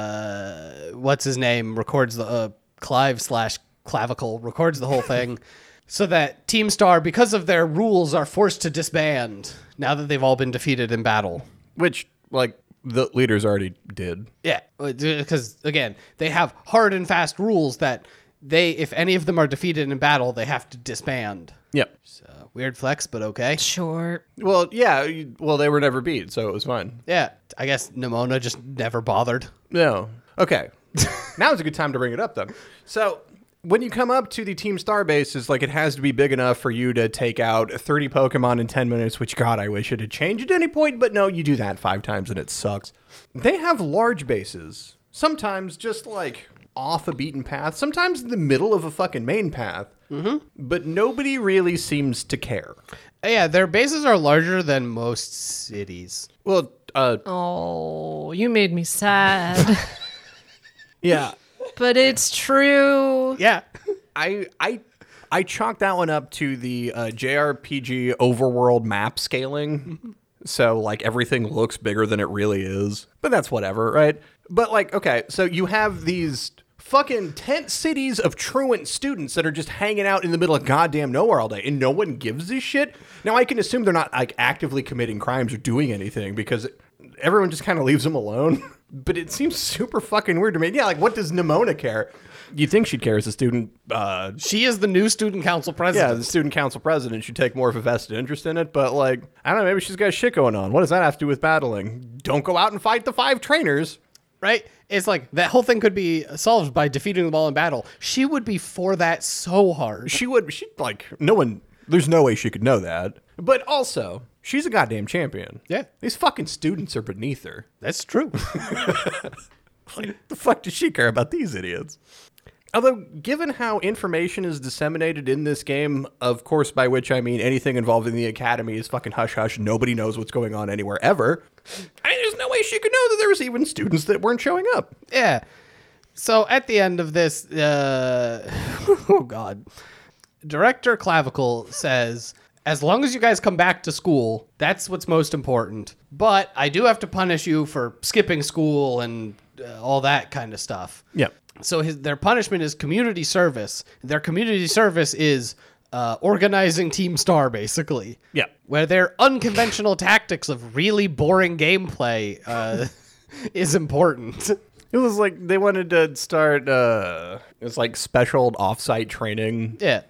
Uh, what's his name? Records the uh, Clive slash clavicle, records the whole thing. So that Team Star, because of their rules, are forced to disband now that they've all been defeated in battle.
which like the leaders already did.
Yeah, because Uh, again, they have hard and fast rules that they, if any of them are defeated in battle, they have to disband.
Yep.
So weird flex, but okay.
Sure.
Well, yeah. you- Well, they were never beat, so it was fine.
Yeah, I guess Nimona just never bothered.
No. Okay. Now's a good time to bring it up, then. So when you come up to the Team Star base, it's like it has to be big enough for you to take out 30 Pokemon in 10 minutes, which, God, I wish it had changed at any point, but no, you do that five times and it sucks. They have large bases, sometimes just like off a beaten path, sometimes in the middle of a fucking main path, mm-hmm. but nobody really seems to care.
Yeah, their bases are larger than most cities.
Well, uh,
Oh, you made me sad.
yeah.
but it's true.
Yeah.
I I I chalked that one up to the uh, JRPG overworld map scaling. So like everything looks bigger than it really is, but that's whatever, right? But like, okay, so you have these fucking tent cities of truant students that are just hanging out in the middle of goddamn nowhere all day, and no one gives a shit. Now I can assume they're not like actively committing crimes or doing anything because everyone just kind of leaves them alone. But it seems super fucking weird to me. Yeah, like what does Nimona care? You think she'd care as a student? Uh,
She is the new student council
yeah,
president.
the student council president should take more of a vested interest in it. But like, I don't know, maybe she's got shit going on. What does that have to do with battling? Don't go out and fight the five trainers.
Right? It's like that whole thing could be solved by defeating them all in battle. She would be for that so hard.
She would. She like no one. There's no way she could know that. But also, she's a goddamn champion.
Yeah.
these fucking students are beneath her.
That's true.
Like, the fuck does she care about these idiots? Although, given how information is disseminated in this game, of course, by which I mean anything involved in the academy is fucking hush hush. Nobody knows what's going on anywhere ever. I mean, there's no way she could know that there was even students that weren't showing up.
yeah. So at the end of this, uh, oh God. Director Clavicle says, as long as you guys come back to school, that's what's most important. But I do have to punish you for skipping school and uh, all that kind of stuff.
Yep.
So his, their punishment is community service. Their community service is uh, organizing Team Star, basically.
Yeah.
Where their unconventional tactics of really boring gameplay uh, is important.
It was like they wanted to start, uh, it's like special offsite training
Yeah.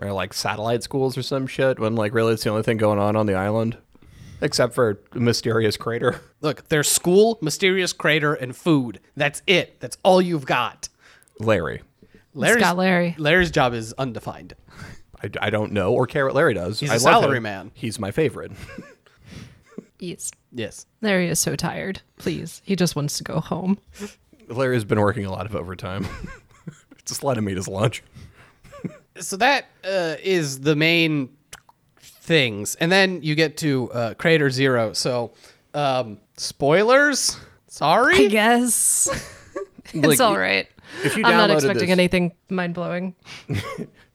or like satellite schools or some shit, when like really it's the only thing going on on the island, except for a mysterious crater.
Look, their school, mysterious crater, and food. That's it. That's all you've got.
Larry.
Larry's,
got Larry.
Larry's job is undefined.
I, I don't know, or Carrot Larry does.
He's
I
a
love him.
salaryman.
He's my favorite.
Yes.
Yes.
Larry is so tired. Please. He just wants to go home.
Larry's been working a lot of overtime. Just let him eat his lunch.
so that uh, is the main things, and then you get to uh, Crater Zero. So, um, spoilers.
I
Sorry.
guess. it's
Like,
all right.
if you
I'm not
downloaded
expecting
this-
anything mind blowing.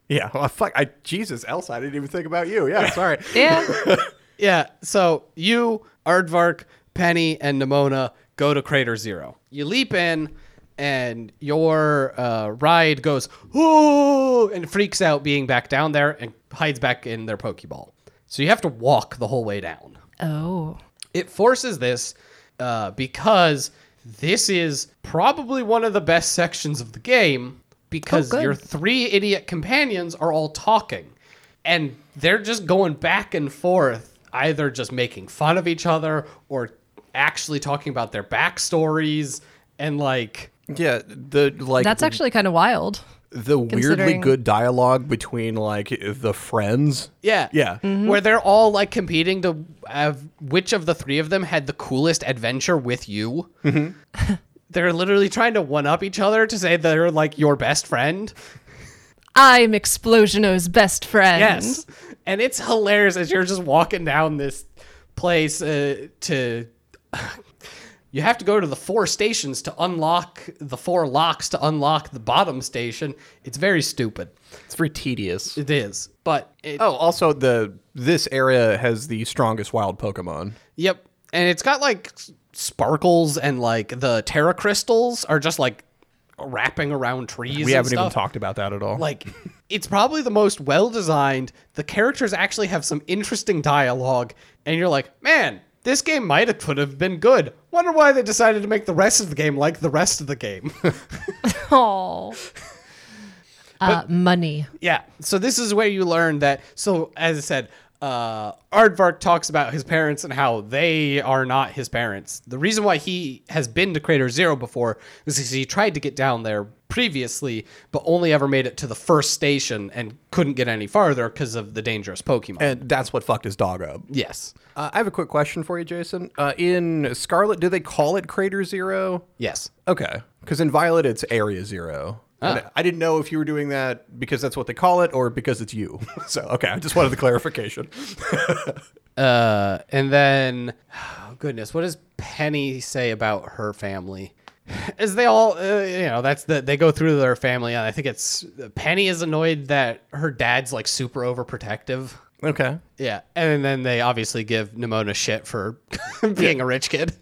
Yeah. Well, fuck. I Jesus, Elsa, I didn't even think about you. Yeah. Sorry.
Yeah.
yeah. So you, Aardvark, Penny, and Nimona go to Crater Zero. You leap in, and your uh, ride goes ooh and freaks out being back down there and hides back in their Pokeball. So you have to walk the whole way down.
oh.
it forces this uh, because this is probably one of the best sections of the game because
Oh, good.
your three idiot companions are all talking and they're just going back and forth either just making fun of each other or actually talking about their backstories and like
Yeah, the like
That's actually kind of wild.
the weirdly
considering-
good dialogue between like the friends.
yeah
Yeah.
where they're all like competing to have which of the three of them had the coolest adventure with you they're literally trying to one up each other to say they're like your best friend
I'm Explosiono's best friend.
Yes. And it's hilarious as you're just walking down this place uh, to. You have to go to the four stations to unlock the four locks to unlock the bottom station. It's very stupid.
It's very tedious.
It is. But it,
Oh, also the this area has the strongest wild Pokemon.
yep. And it's got like s- sparkles and like the terra crystals are just like wrapping around trees.
We
and
haven't even
stuff.
talked about that at all.
Like, it's probably the most well designed. The characters actually have some interesting dialogue, and you're like, man, this game might have could have been good. Wonder why they decided to make the rest of the game like the rest of the game.
Oh. Uh, money.
yeah. So this is where you learn that. So as I said, uh, Aardvark talks about his parents and how they are not his parents. The reason why he has been to Crater Zero before is because he tried to get down there previously, but only ever made it to the first station and couldn't get any farther because of the dangerous Pokemon.
and that's what fucked his dog up.
yes.
Uh, I have a quick question for you, Jason. Uh, in Scarlet, do they call it Crater Zero?
Yes.
Okay, because in Violet it's Area Zero. And I didn't know if you were doing that because that's what they call it or because it's you. so okay, I just wanted the clarification.
Uh, and then, oh, goodness, what does Penny say about her family? As they all, uh, you know, that's the they go through their family, and I think it's Penny is annoyed that her dad's like super overprotective.
Okay.
Yeah, and then they obviously give Nimona shit for being a rich kid.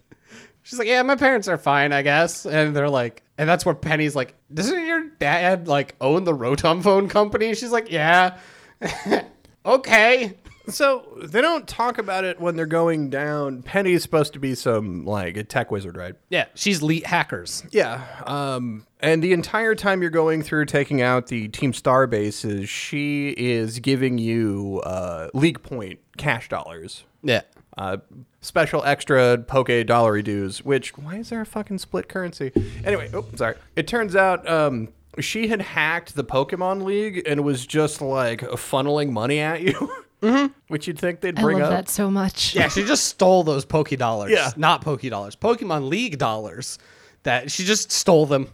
She's like, "Yeah, my parents are fine, I guess," and they're like, and that's where Penny's like, "Doesn't your dad like own the Rotom phone company?" She's like, "Yeah." okay.
So they don't talk about it when they're going down. Penny's supposed to be some like a tech wizard, right?
Yeah, she's elite hackers.
Yeah. Um, and the entire time you're going through taking out the Team Star bases, she is giving you uh, league point cash dollars,
Yeah.
uh, special extra poke dollary dues. Which why is there a fucking split currency? Anyway, oh sorry. It turns out. Um, she had hacked the Pokemon League and was just like funneling money at you, mm-hmm. which you'd think they'd
I
bring up.
love that so much.
Yeah, she just stole those Poke dollars.
Yeah.
Not Poke dollars, Pokemon League dollars. That she just stole them.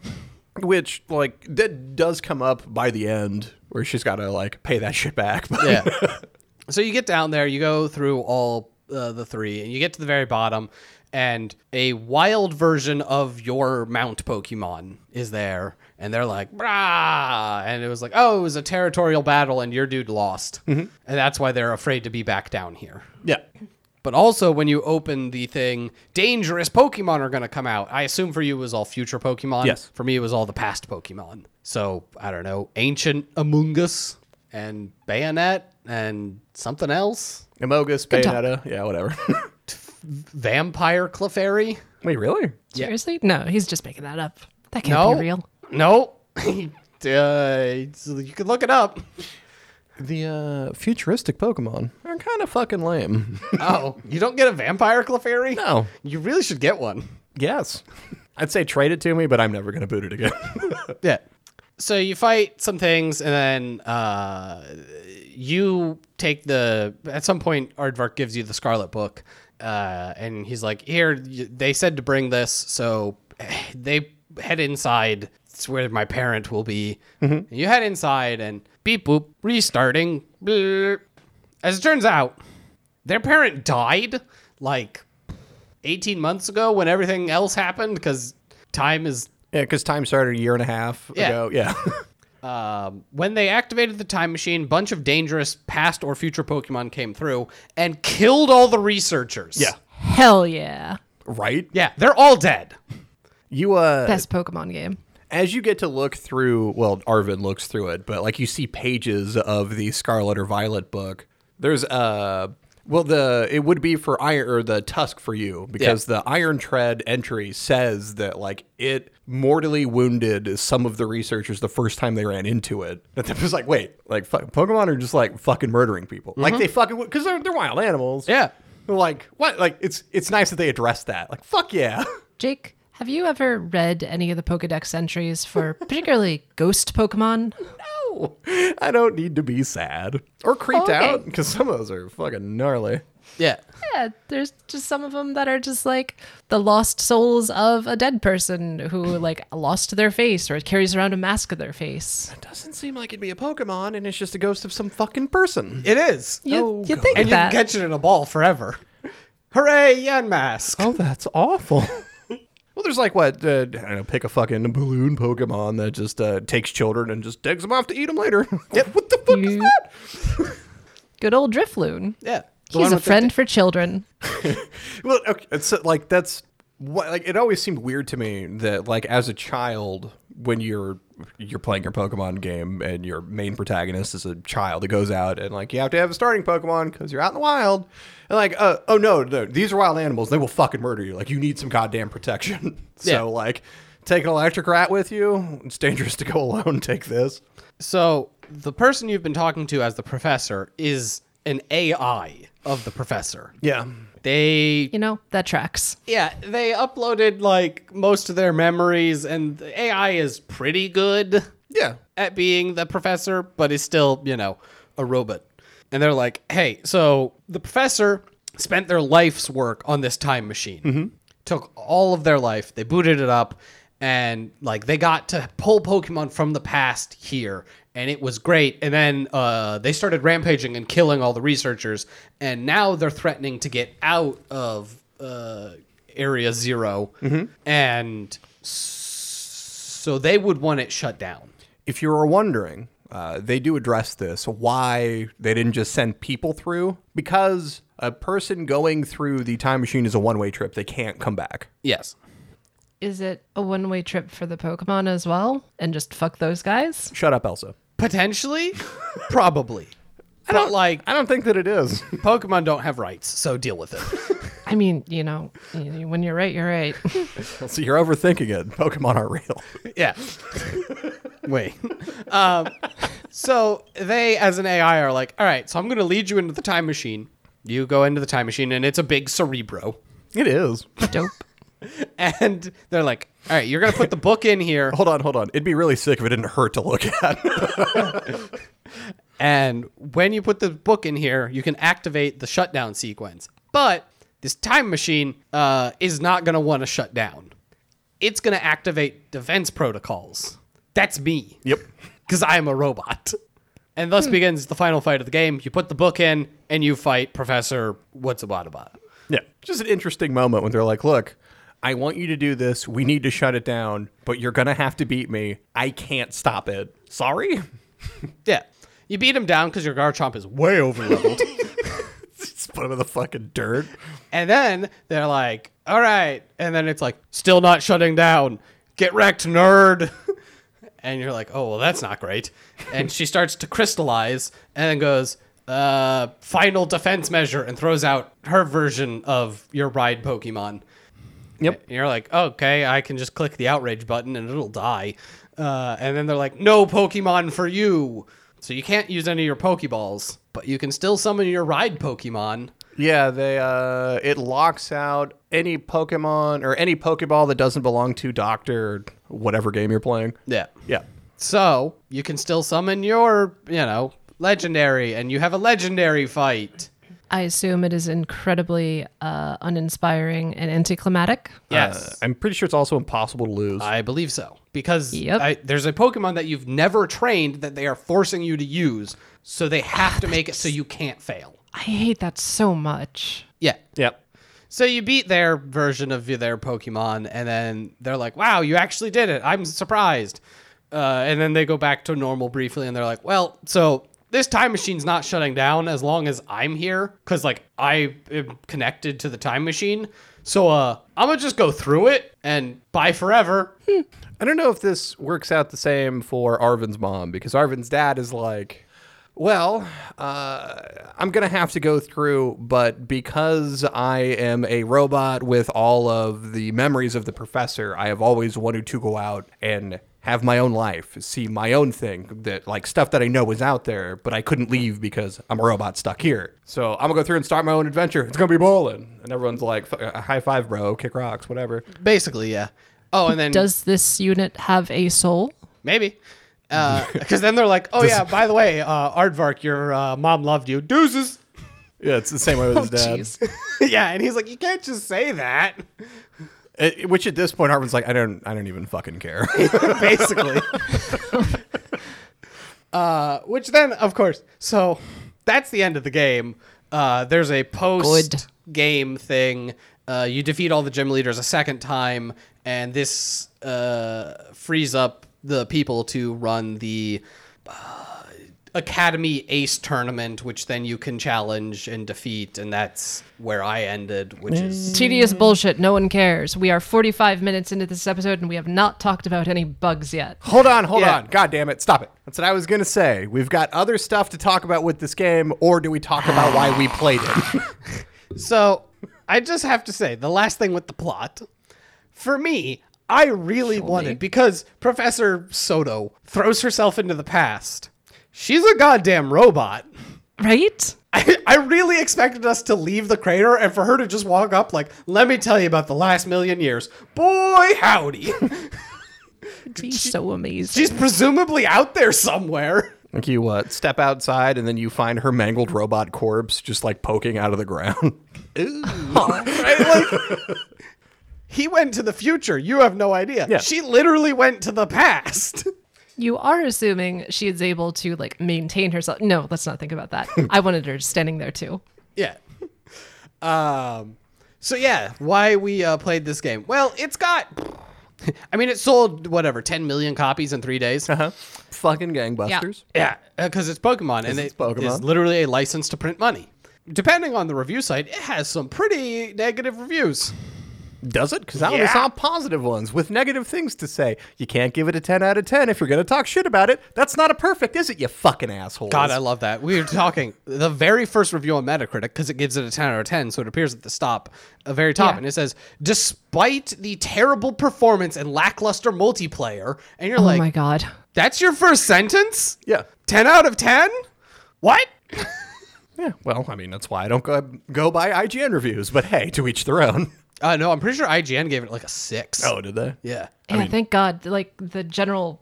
which like that does come up by the end where she's got to like pay that shit back but
Yeah. so you get down there, you go through all uh, the three, and you get to the very bottom, and a wild version of your mount Pokemon is there. And they're like, brah. And it was like, oh, it was a territorial battle, and your dude lost. And that's why they're afraid to be back down here.
yeah
But also, when you open the thing, dangerous Pokemon are going to come out. I assume for you it was all future Pokemon.
Yes.
For me, it was all the past Pokemon. So, I don't know, Ancient Among Us and Bayonet and something else.
Amogus, Bayonetta, yeah, whatever.
Vampire Clefairy?
Wait, really?
Seriously? No, he's just making that up. That can't
No.
be real.
No. uh, you can look it up.
The uh, futuristic Pokemon are kind of fucking lame.
oh, you don't get a Vampire Clefairy?
No.
You really should get one.
yes. I'd say trade it to me, but I'm never going to boot it again.
Yeah. So you fight some things, and then uh, you take the. At some point, Aardvark gives you the Scarlet Book, uh, and he's like, "Here, y- they said to bring this, so they head inside. It's where my parent will be." You head inside, and beep boop, restarting. Bleep. As it turns out, their parent died like 18 months ago when everything else happened because time is
yeah, because time started a year and a half
Yeah.
ago. Yeah.
um, when they activated the time machine, bunch of dangerous past or future Pokemon came through and killed all the researchers.
Yeah.
Hell yeah.
right?
yeah, they're all dead.
You, uh,
Best Pokemon game.
as you get to look through, well, Arvin looks through it, but like you see pages of the Scarlet or Violet book. There's uh well the it would be for iron or the tusk for you because the iron tread entry says that like it mortally wounded some of the researchers the first time they ran into it. That it was like wait like fuck, Pokemon are just like fucking murdering people like they fucking because they're they're wild animals
Yeah.
like what? Like it's it's nice that they addressed that. Like fuck yeah.
Jake, have you ever read any of the Pokedex entries for particularly ghost Pokemon?
No, I don't need to be sad or creeped
Okay.
out because some of those are fucking gnarly.
Yeah.
Yeah, there's just some of them that are just like the lost souls of a dead person who like lost their face or carries around a mask of their face.
It doesn't seem like it'd be a Pokemon, and it's just a ghost of some fucking person.
It is.
You,
Oh,
you
God.
think
and you
that?
can catch it in a ball forever. Hooray, Yen Mask.
Oh, that's awful. well, there's like what uh, I don't know, pick a fucking balloon Pokemon that just uh, takes children and just digs them off to eat them later. yeah, what the fuck is
You-
that?
Good old Drifloon.
Yeah. The one
He's a
with the
friend for children.
Well, okay, it's uh, like that's what like it always seemed weird to me that like as a child when you're you're playing your Pokemon game and your main protagonist is a child that goes out and like you have to have a starting Pokemon because you're out in the wild and like uh, oh no no these are wild animals they will fucking murder you like you need some goddamn protection so
Yeah.
like take an electric rat with you it's dangerous to go alone take this
So the person you've been talking to as the professor is an AI of the professor.
yeah
They
You know, that tracks.
yeah, they uploaded like most of their memories and the AI is pretty good
yeah
at being the professor, but is still, you know, a robot. And they're like, "Hey, so the professor spent their life's work on this time machine. Took all of their life, they booted it up, and like they got to pull Pokemon from the past here, and it was great. And then uh, they started rampaging and killing all the researchers, and now they're threatening to get out of uh, Area 0 and." So they would want it shut down.
if you were wondering, uh, they do address this why they didn't just send people through because a person going through the time machine is a one way trip. They can't come back.
Yes.
Is it a one way trip for the Pokemon as well? And just fuck those guys?
Shut up, Elsa.
Potentially? Probably. I don't like
I don't think that it is.
Pokemon don't have rights, so deal with it.
I mean, you know, y- when you're right, you're right.
Elsa, you're overthinking it. Pokemon are real.
yeah. Wait. Um, so they, as an AI, are like, all right, so I'm going to lead you into the time machine. You go into the time machine, and it's a big cerebro.
It is.
Dope.
And they're like, all right, you're going to put the book in here.
Hold on, hold on. It'd be really sick if it didn't hurt to look at.
And when you put the book in here, you can activate the shutdown sequence. But this time machine uh, is not going to want to shut down. It's going to activate defense protocols. That's me.
Yep.
Because I am a robot. And thus begins the final fight of the game. You put the book in and you fight Professor What's About About.
Yeah. Just an interesting moment when they're like, look, I want you to do this. We need to shut it down, but you're going to have to beat me. I can't stop it. Sorry?
Yeah. You beat him down because your Garchomp is way over leveled.
Just put him in the fucking dirt.
And then they're like, all right. And then it's like, still not shutting down. Get wrecked, nerd. And you're like, oh, well, that's not great. And she starts to crystallize and then goes, uh, final defense measure and throws out her version of your ride Pokemon.
Yep.
And you're like, okay, I can just click the outrage button and it'll die. Uh, and then they're like, no Pokemon for you. So you can't use any of your Pokeballs, but you can still summon your ride Pokemon.
Yeah, they uh it locks out any Pokemon or any Pokeball that doesn't belong to Doctor or whatever game you're playing.
Yeah.
Yeah.
So you can still summon your, you know, legendary, and you have a legendary fight.
I assume it is incredibly uh, uninspiring and anticlimactic.
Uh,
Yes,
I'm pretty sure it's also impossible to lose.
I believe so because
Yep.
I, there's a Pokemon that you've never trained that they are forcing you to use, so they have to make it so you can't fail.
I hate that so much.
Yeah.
yep.
So you beat their version of their Pokemon, and then they're like, "Wow, you actually did it! I'm surprised." Uh, and then they go back to normal briefly, and they're like, "Well, so this time machine's not shutting down as long as I'm here, because like I am connected to the time machine. So uh, I'm gonna just go through it and bye forever."
I don't know if this works out the same for Arvin's mom because Arvin's dad is like, well, uh, I'm going to have to go through, but because I am a robot with all of the memories of the professor, I have always wanted to go out and have my own life, see my own thing, that like stuff that I know is out there, but I couldn't leave because I'm a robot stuck here. So I'm gonna go through and start my own adventure. It's gonna be bowling, and everyone's like, "Fuck, uh, "High five, bro! Kick rocks, whatever."
Basically, yeah. Oh, and then
Does this unit have a soul?
maybe because then they're like, oh yeah, by the way, uh, Aardvark, your uh, mom loved you. Deuces.
Yeah, it's the same way with his dad.
Jeez.
yeah, and he's like, you can't just say that.
It- Uh, which at this point, Harvin's like, "I don't, I don't even fucking care."
basically. uh, which then, of course, so that's the end of the game. Uh, there's a post game thing. Uh, you defeat all the gym leaders a second time, and this uh, frees up the people to run the uh, Academy Ace tournament, which then you can challenge and defeat. And that's where I ended, which is
Tedious bullshit. No one cares. We are 45 minutes into this episode and we have not talked about any bugs yet.
Hold on, hold
Yeah.
on. God damn it. Stop it. That's what I was going to say. We've got other stuff to talk about with this game, or do we talk about why we played it?
So I just have to say the last thing with the plot. For me, I really wanted because Professor Soto throws herself into the past. She's a goddamn robot.
Right?
I, I really expected us to leave the crater and for her to just walk up like, let me tell you about the last million years. Boy, howdy.
It'd be so amazing.
She's presumably out there somewhere.
like, you what? step outside, and then you find her mangled robot corpse just like poking out of the ground.
He went to the future. You have no idea.
Yeah.
She literally went to the past.
You are assuming she is able to like maintain herself. No, let's not think about that. I wanted her standing there too.
Yeah. Um, so yeah, why we uh, played this game? Well, it's got. I mean, it sold whatever 10 million copies in three days.
Uh-huh.
huh? Fucking gangbusters.
Yeah, because it's Pokemon, and
it's
it
Pokemon.
is literally a license to print money. Depending on the review site, it has some pretty negative reviews.
Does it? Because I only
Yeah.
saw positive ones with negative things to say. You can't give it a 10 out of 10 if you're going to talk shit about it. That's not a perfect, is it, you fucking asshole?
God, I love that. We were talking the very first review on Metacritic because it gives it a 10 out of 10, so it appears at the stop, uh, very top,
Yeah.
and it says, "Despite the terrible performance and lackluster multiplayer," and you're
oh
like,
my god.
That's your first sentence?
Yeah.
10 out of 10? What?
Yeah, well, I mean, that's why I don't go, go by IGN reviews, but hey, to each their own.
Uh, no, I'm pretty sure IGN gave it like a six.
Oh, did they?
Yeah.
Yeah, thank God. Like the general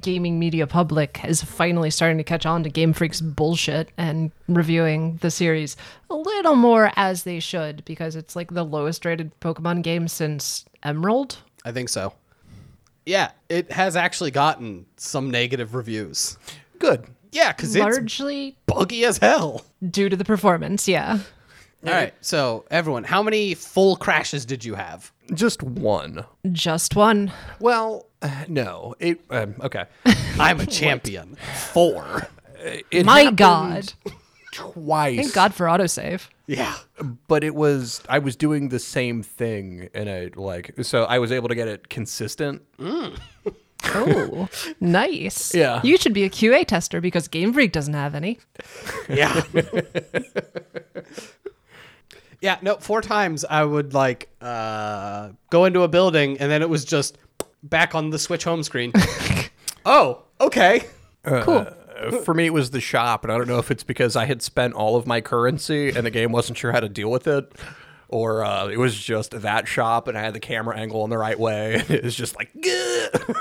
gaming media public is finally starting to catch on to Game Freak's bullshit and reviewing the series a little more as they should because it's like the lowest rated Pokemon game since Emerald.
I think so. Yeah, it has actually gotten some negative reviews.
Good.
Yeah, because it's
Largely
buggy as hell.
due to the performance, yeah.
All right, so everyone, how many full crashes did you have?
Just one.
Just one.
Well, uh, no. It um, okay.
I'm a champion. Four.
It
My
happened
God.
twice.
Thank God for autosave.
Yeah.
But it was I was doing the same thing, and I like so I was able to get it consistent.
Oh, nice.
Yeah.
You should be a QA tester because Game Freak doesn't have any.
Yeah. yeah, no, four times I would like uh, go into a building and then it was just back on the Switch home screen. oh, okay.
Uh, For me, it was the shop, and I don't know if it's because I had spent all of my currency, and the game wasn't sure how to deal with it. Or uh, it was just that shop, and I had the camera angle in the right way. It was just like, "Gah."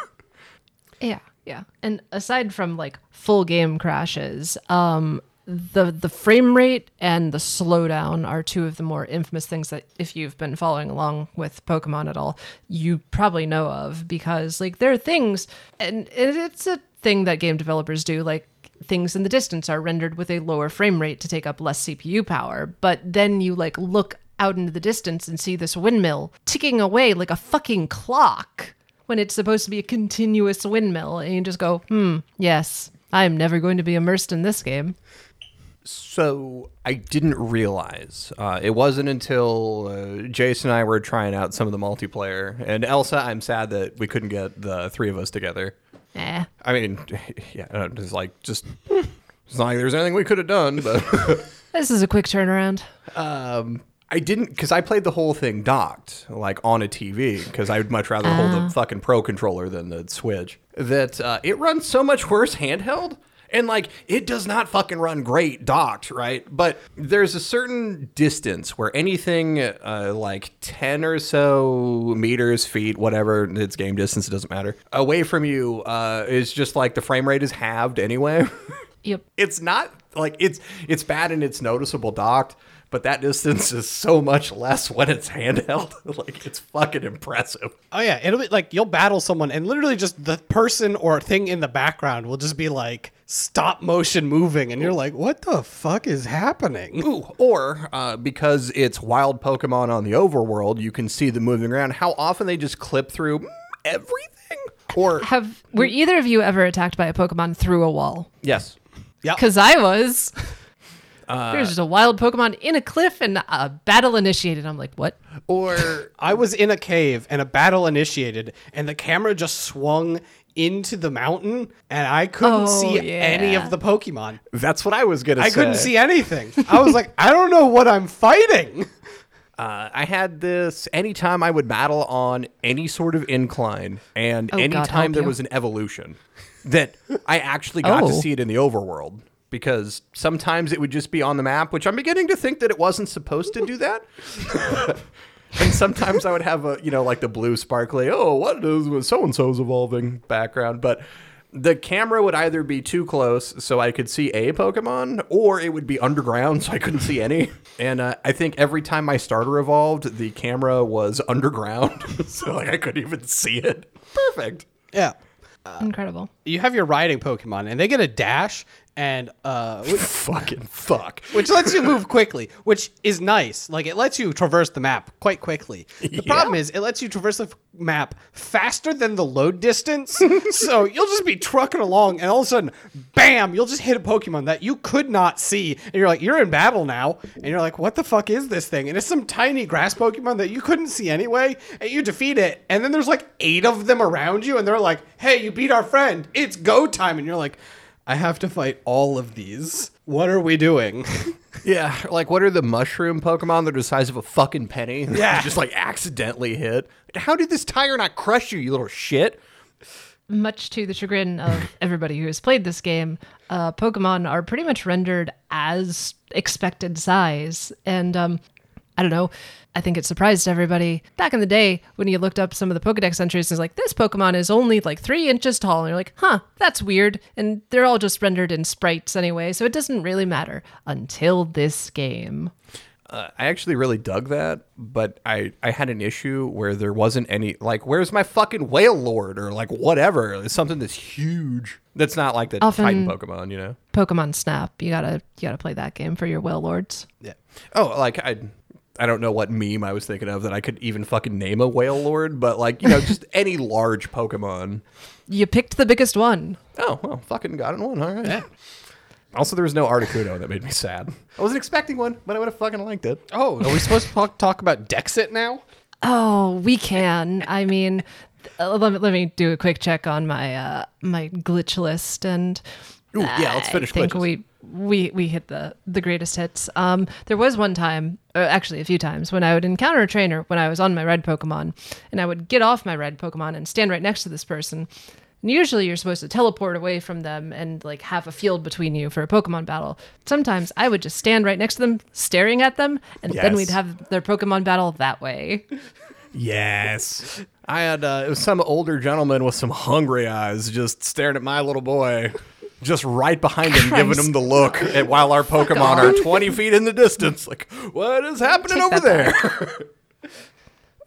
Yeah, yeah. And aside from like full game crashes, um, the the frame rate and the slowdown are two of the more infamous things that if you've been following along with Pokemon at all, you probably know of because like there are things, and it- it's a thing that game developers do, like things in the distance are rendered with a lower frame rate to take up less CPU power. But then you like look out into the distance and see this windmill ticking away like a fucking clock when it's supposed to be a continuous windmill and you just go, hmm, yes, I am never going to be immersed in this game.
So I didn't realize. Uh, it wasn't until uh, Jason and I were trying out some of the multiplayer, and Elsa. I'm sad that we couldn't get the three of us together.
Eh.
I mean, yeah, I don't- it's like just it's not like there's anything we could have done, but
This is a quick turnaround.
Um, I didn't because I played the whole thing docked, like on a TV, because I would much rather hold a fucking pro controller than the Switch. That uh, it runs so much worse handheld. And like it does not fucking run great docked, right? But there's a certain distance where anything uh, like ten or so meters, feet, whatever it's game distance, it doesn't matter, away from you uh, is just like the frame rate is halved anyway.
Yep.
it's not like it's it's bad and it's noticeable docked but that distance is so much less when it's handheld like it's fucking impressive
Oh yeah, it'll be like you'll battle someone, and literally just the person or thing in the background will just be like stop motion moving, and you're like, what the fuck is happening?
Ooh, or uh, because it's wild pokemon on the overworld you can see them moving around how often they just clip through mm, everything or
Have were either of you ever attacked by a Pokemon through a wall?
yes
Because I was. There's just a wild Pokemon in a cliff and a battle initiated. I'm like, what?
or
I was in a cave and a battle initiated, and the camera just swung into the mountain, and I couldn't
Oh,
see
yeah.
any of the Pokemon.
that's what i was gonna
I
say
couldn't see anything. I was like, I don't know what I'm fighting.
Uh, I had this anytime I would battle on any sort of incline and
Oh, God,
anytime
help
there
you.
was an evolution that I actually got to
Oh.
see it in the overworld because sometimes it would just be on the map, which I'm beginning to think that it wasn't supposed to do that. and sometimes I would have a, you know, like the blue sparkly, oh, what is so and so's evolving background. But the camera would either be too close so I could see a Pokemon, or it would be underground so I couldn't see any. And uh, I think every time my starter evolved, the camera was underground, so like I couldn't even see it. Perfect.
Yeah.
Incredible.
You have your riding Pokemon, and they get a dash, and uh, wh-
Fucking fuck.
which lets you move quickly, which is nice. Like it lets you traverse the map quite quickly. The problem is it lets you traverse the f- map faster than the load distance. so you'll just be trucking along and all of a sudden, bam, you'll just hit a Pokemon that you could not see. And you're like, you're in battle now. And you're like, what the fuck is this thing? And it's some tiny grass Pokemon that you couldn't see anyway. And you defeat it. And then there's like eight of them around you. And they're like, hey, you beat our friend. It's go time. And you're like, I have to fight all of these. What are we doing?
Yeah, like what are the mushroom Pokemon that are the size of a fucking penny? that you
Yeah.
just like accidentally hit. How did this tire not crush you, you little shit?
Much to the chagrin of everybody who has played this game, uh, Pokemon are pretty much rendered as expected size. And um, I don't know, I think it surprised everybody. Back in the day, when you looked up some of the Pokedex entries, it's like, this Pokemon is only like three inches tall. And you're like, huh, that's weird. And they're all just rendered in sprites anyway, so it doesn't really matter until this game.
Uh, I actually really dug that, but I, I had an issue where there wasn't any like where's my fucking whale lord or like whatever. It's something that's huge. That's not like the Titan
Often-
Pokemon, you know.
Pokemon Snap, you gotta you gotta play that game for your Well Lords.
Yeah.
Oh, like I I don't know what meme I was thinking of that I could even fucking name a whale lord, but like, you know, just any large Pokemon.
You picked the biggest one.
Oh, well, fucking got it one. All right. Also, there was no Articuno that made me sad. I wasn't expecting one, but I would have fucking liked it.
Oh, are we supposed to talk, talk about Dexit now?
Oh, we can. I mean, th- uh, let me, let me do a quick check on my uh, my glitch list, and
Ooh, yeah, let's finish
I think
glitches.
we we we hit the the greatest hits. Um, there was one time, uh, actually a few times, when I would encounter a trainer when I was on my red Pokemon, and I would get off my red Pokemon and stand right next to this person. And usually, you're supposed to teleport away from them and like have a field between you for a Pokemon battle. Sometimes I would just stand right next to them, staring at them, and then
Yes.
we'd have their Pokemon battle that way.
Yes. I had uh, it was some older gentleman with some hungry eyes just staring at my little boy, just right behind him, giving him the look at, while our Pokemon are 20 feet in the distance. Like, what is happening
Take
over
that
there?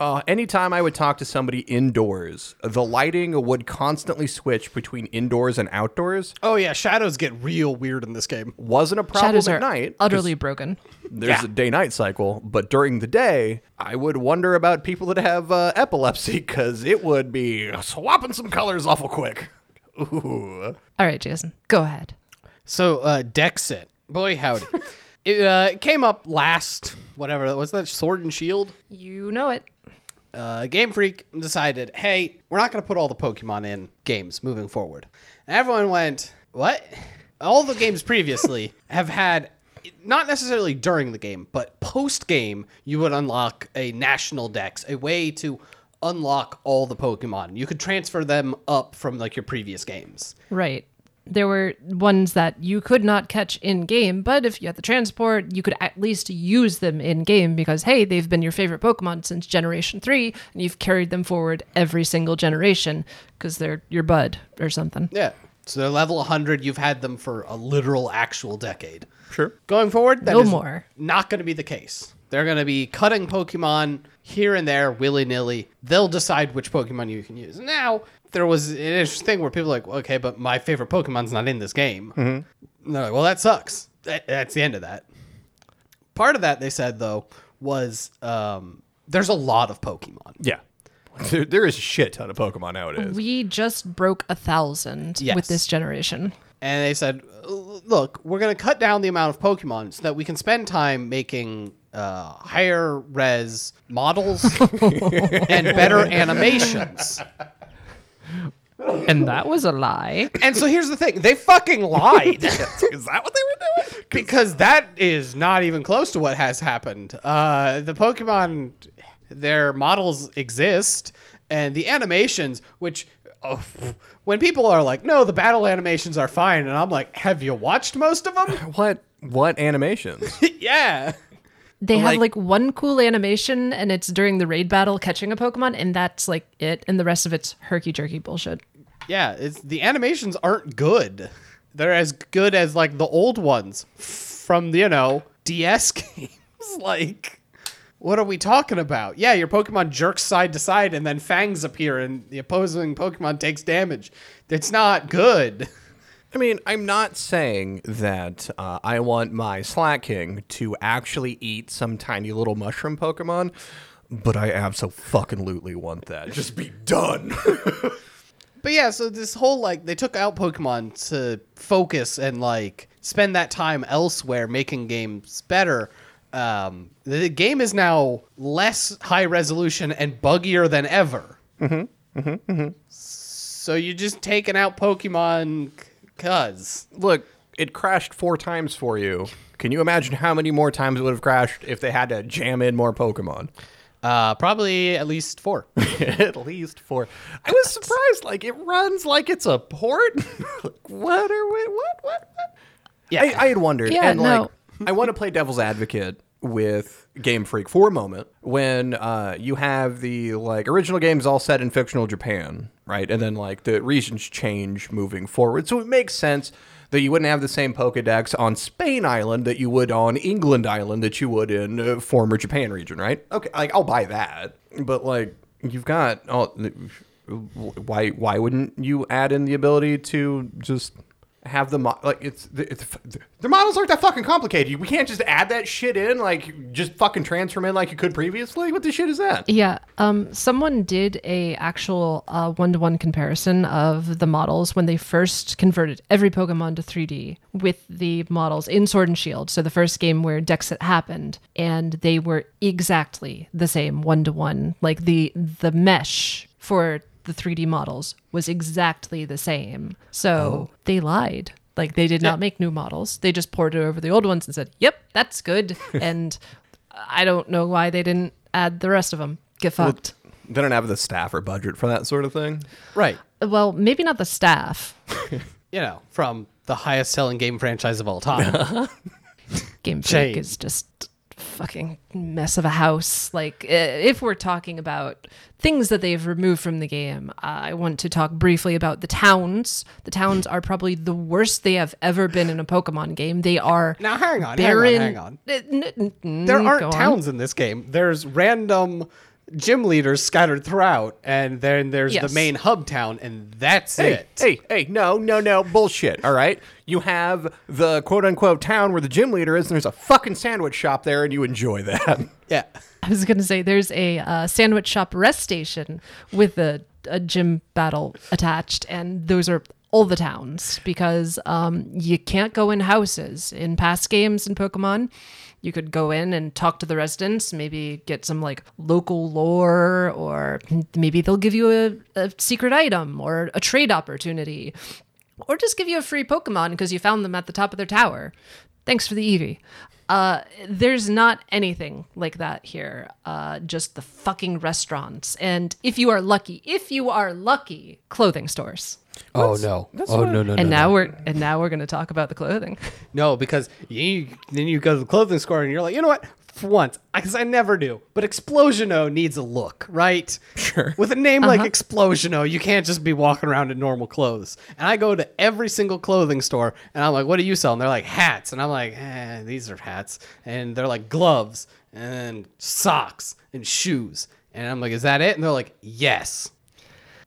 uh, anytime I would talk to somebody indoors, the lighting would constantly switch between indoors and outdoors.
Oh yeah, shadows get real weird in this game.
Wasn't a problem
shadows
at
are
night. 'cause-
utterly broken.
there's
Yeah.
a day night cycle, but during the day, I would wonder about people that have uh, epilepsy because it would be swapping some colors awful quick. Ooh.
All right, Jason, go ahead.
So uh, Dexit, boy howdy, it uh, it came up last. Whatever that was, that Sword and Shield.
You know it.
Uh, Game Freak decided, hey, we're not going to put all the Pokemon in games moving forward. And everyone went, what? All the games previously have had not necessarily during the game, but post game, you would unlock a national dex, a way to unlock all the Pokemon. You could transfer them up from like your previous games.
Right. There were ones that you could not catch in game, but if you had the transport, you could at least use them in game because, hey, they've been your favorite Pokemon since Generation 3, and you've carried them forward every single generation because they're your bud or something.
Yeah. So they're level 100. You've had them for a literal actual decade.
Sure.
Going forward, that
No
is
more.
not going to be the case. They're going to be cutting Pokemon here and there, willy nilly. They'll decide which Pokemon you can use. Now, there was an interesting thing where people were like, okay, but my favorite Pokemon's not in this game. And they're like, well, that sucks. That- that's the end of that. Part of that, they said, though, was um, there's a lot of Pokemon.
Yeah. There, there is a shit ton of Pokemon nowadays.
We just broke a thousand
Yes.
with this generation.
and they said, "Look, we're going to cut down the amount of Pokemon so that we can spend time making uh, higher res models and better animations."
And that was a lie.
And so here's the thing: they fucking lied
is that what they were doing?
because that is not even close to what has happened. Uh, the Pokemon, their models exist, and the animations, which. Oh, when people are like, "No, the battle animations are fine," and I'm like, "Have you watched most of them?"
What what animations?
yeah.
They have
Like-
like one cool animation, and it's during the raid battle catching a Pokemon, and that's like it. And the rest of it's herky jerky bullshit.
Yeah, it's the animations aren't good. They're as good as like the old ones from you know DS games. like, what are we talking about? Yeah, your Pokemon jerks side to side, and then fangs appear, and the opposing Pokemon takes damage. It's not good.
I mean, I'm not saying that uh, I want my Slack King to actually eat some tiny little mushroom Pokemon, but I absolutely want that. Just be done.
But yeah, so this whole like they took out Pokemon to focus and like spend that time elsewhere making games better. Um, the game is now less high resolution and buggier than ever. Mm-hmm. Mm-hmm. So you're just taking out Pokemon cuz.
Look, it crashed four times for you. Can you imagine how many more times it would have crashed if they had to jam in more Pokemon?
Uh, probably at least four.
At least four. I was surprised. Like it runs like it's a port. Like, what are we? What? What? what?
Yeah.
I, I had wondered.
Yeah,
and like, I want to play devil's advocate with Game Freak for a moment when uh, you have the like original games all set in fictional Japan, right? And then like the regions change moving forward, so it makes sense that you wouldn't have the same Pokedex on Spain Island that you would on England Island that you would in uh, former Japan region, right? Okay, like I'll buy that, but like you've got all. Why? Why wouldn't you add in the ability to just have the mo- like it's the, it's the models aren't that fucking complicated. You- We can't just add that shit in like just fucking transform in like you could previously. What the shit is that?
Yeah, um, someone did a actual uh, one-to-one comparison of the models when they first converted every Pokemon to 3D with the models in Sword and Shield, so the first game where Dexit happened, and they were exactly the same one-to-one. Like the the mesh for the 3D models was exactly the same. So they lied. Like they did not make new models. They just poured it over the old ones and said, "Yep, that's good." and I don't know why they didn't add the rest of them. Get fucked.
They don't have the staff or budget for that sort of thing.
Right.
Well, maybe not the staff.
You know, from the highest selling game franchise of all time.
Game Freak
Shame.
is just fucking mess of a house. Like i- if we're talking about things that they've removed from the game, uh, I want to talk briefly about the towns. The towns are probably the worst they have ever been in a Pokemon game. They are
now hang on,
barren. Uh,
hang on,
N- n- n-
There
Mm, go
aren't
on.
towns in this game. There's random gym leaders scattered throughout, and then there's
Yes.
the main hub town, and that's
Hey,
it.
hey, hey, no, no, no, bullshit. All right, you have the quote unquote town where the gym leader is, and there's a fucking sandwich shop there, and you enjoy that.
Yeah.
I was going to say there's a uh, sandwich shop rest station with a, a gym battle attached, and those are all the towns because um, you can't go in houses. In past games in Pokemon, you could go in and talk to the residents, maybe get some like local lore, or maybe they'll give you a, a secret item or a trade opportunity, or just give you a free Pokemon because you found them at the top of their tower. Thanks for the Eevee. Uh, there's not anything like that here. Uh, just the fucking restaurants. And if you are lucky, if you are lucky, clothing stores.
Oh no!
that's
oh
what-
no no
and
no!
now we're and now we're gonna talk about the clothing.
No, because you, then you go to the clothing store and you're like, you know what? For once, because I never do, but Explosiono needs a look, right? Sure. With a name
Uh-huh.
like Explosiono, you can't just be walking around in normal clothes. And I go to every single clothing store and I'm like, what do you sell? And they're like, hats. And I'm like, eh, these are hats. And they're like, gloves and socks and shoes. And I'm like, is that it? And they're like, yes.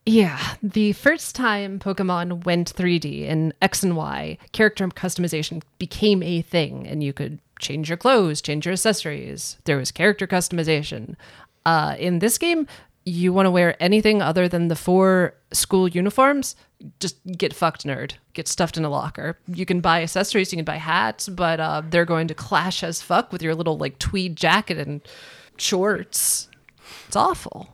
Yeah, the first time Pokemon went 3D in X and Y, character customization became a thing, and you could change your clothes, change your accessories. There was character customization. Uh, in this game, you want to wear anything other than the four school uniforms? Just get fucked, nerd. Get stuffed in a locker. You can buy accessories, you can buy hats, but uh, they're going to clash as fuck with your little like tweed jacket and shorts. It's awful.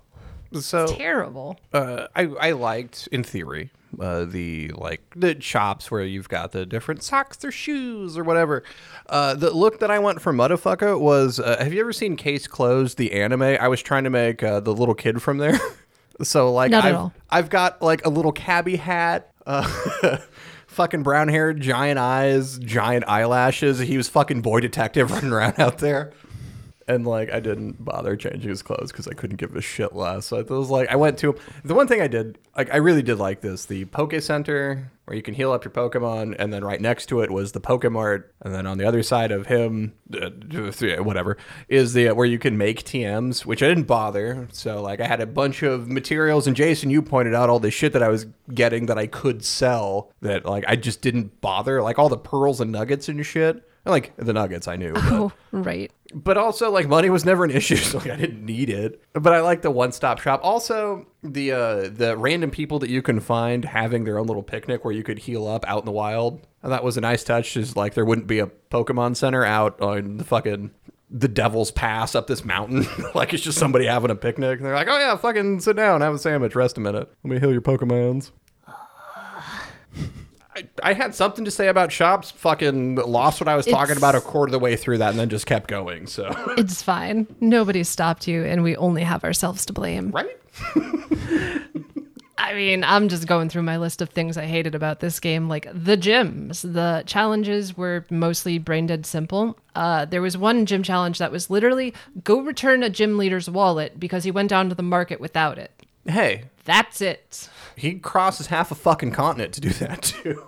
So
Terrible.
uh, I, I liked in theory uh, the like the shops where you've got the different socks or shoes or whatever. Uh, the look that I want for Muddafucka was uh, have you ever seen Case Closed the anime? I was trying to make uh, the little kid from there. so like
Not at
I've,
all.
I've got like a little cabbie hat. Uh, Fucking brown hair, giant eyes, giant eyelashes. He was fucking boy detective running around out there. And like I didn't bother changing his clothes because I couldn't give a shit less. So it was like I went to the one thing I did like I really did like this the Poke Center where you can heal up your Pokemon, and then right next to it was the Pokemart, and then on the other side of him, uh, yeah, whatever, is the uh, where you can make TMs, which I didn't bother. So like I had a bunch of materials, and Jason, you pointed out all this shit that I was getting that I could sell that like I just didn't bother like all the pearls and nuggets and shit. Like the nuggets, I knew. but-
Oh, right.
but also like money was never an issue so like, i didn't need it but i like the one-stop shop also the uh the random people that you can find having their own little picnic where you could heal up out in the wild and that was a nice touch is like there wouldn't be a pokemon center out on the fucking the devil's pass up this mountain like it's just somebody having a picnic and they're like oh yeah fucking sit down have a sandwich rest a minute let me heal your pokemons I, I had something to say about shops. Fucking lost what I was talking
It's-
about a quarter of the way through that, and then just kept going. So
It's fine. Nobody stopped you, and we only have ourselves to blame.
right?
I mean, I'm just going through my list of things I hated about this game, like the gyms. The challenges were mostly brain dead simple. Uh, there was one gym challenge that was literally go return a gym leader's wallet because he went down to the market without it.
Hey,
That's it.
he crosses half a fucking continent to do that too.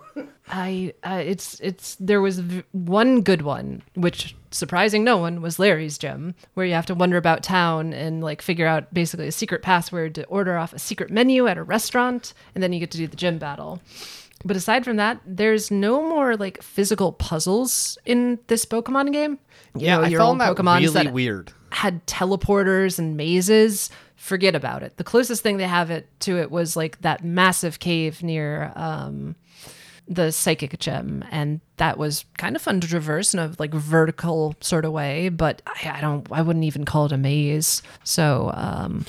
I uh, it's it's there was v- one good one which surprising no one was Larry's gym where you have to wander about town and like figure out basically a secret password to order off a secret menu at a restaurant and then you get to do the gym battle. But aside from that, there's no more like physical puzzles in this Pokemon game. You know, your old Pokemons
really
that
weird.
had teleporters and mazes. Forget about it. The closest thing they have it to it was like that massive cave near um, the psychic gem, and that was kind of fun to traverse in a like vertical sort of way. But I, I don't, I wouldn't even call it a maze. So um,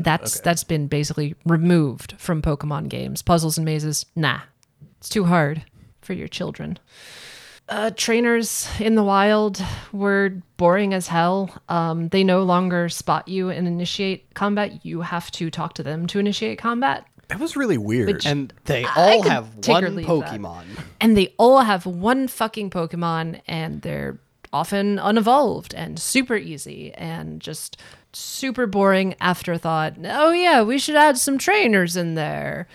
that's that's been basically removed from Pokemon games. Puzzles and mazes, nah, it's too hard for your children uh, trainers in the wild were boring as hell. Um, they no longer spot you and initiate combat. You have to talk to them to initiate combat.
That was really weird.
And they all
could
have
take
one
or leave that.
Pokemon.
And they all have one fucking Pokemon, and they're often unevolved and super easy and just super boring afterthought. Oh, yeah, we should add some trainers in there.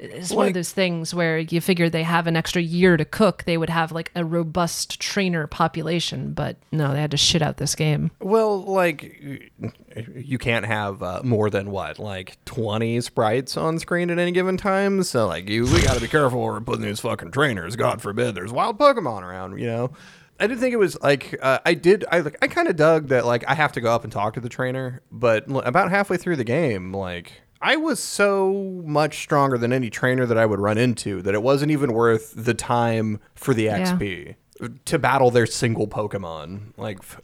It's one of those things where you figure they have an extra year to cook. They would have like a robust trainer population, but no, they had to shit out this game.
well, like you can't have uh, more than what, like twenty sprites on screen at any given time. So like you, we got to be careful. We're putting these fucking trainers. God forbid, there's wild Pokemon around. You know. I didn't think it was like uh, I did. I like I kind of dug that. Like I have to go up and talk to the trainer, but l- about halfway through the game, like I was so much stronger than any trainer that I would run into that it wasn't even worth the time for the XP to battle their single Pokemon. Like, f-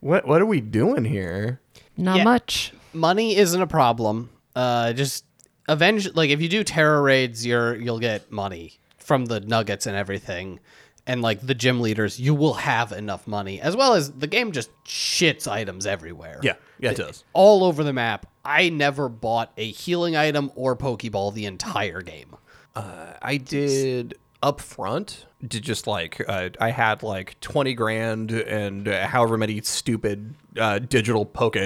what what are we doing here?
Not
Yeah.
much.
money isn't a problem. Uh, just avenge. Like if you do terror raids, you're you'll get money from the nuggets and everything. and like the gym leaders, you will have enough money. As well as the game just shits items everywhere.
Yeah, yeah, it does.
All over the map. I never bought a healing item or Pokeball the entire game.
I did up front. Did just like uh, I had like twenty grand and uh, however many stupid uh, digital poke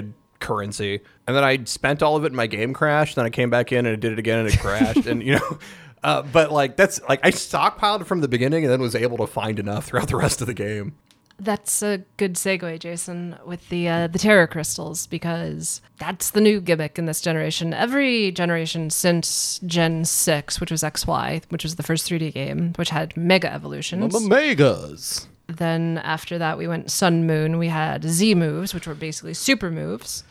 currency, and then I spent all of it in my game crash. Then I came back in and I did it again and it crashed, and you know. Uh, but like that's like I stockpiled from the beginning and then was able to find enough throughout the rest of the game.
That's a good segue, Jason, with the uh, the terror crystals because that's the new gimmick in this generation. Every generation since Gen six, which was XY, which was the first 3D game, which had mega evolutions.
Megas.
Then after that, we went Sun Moon. We had Z moves, which were basically super moves.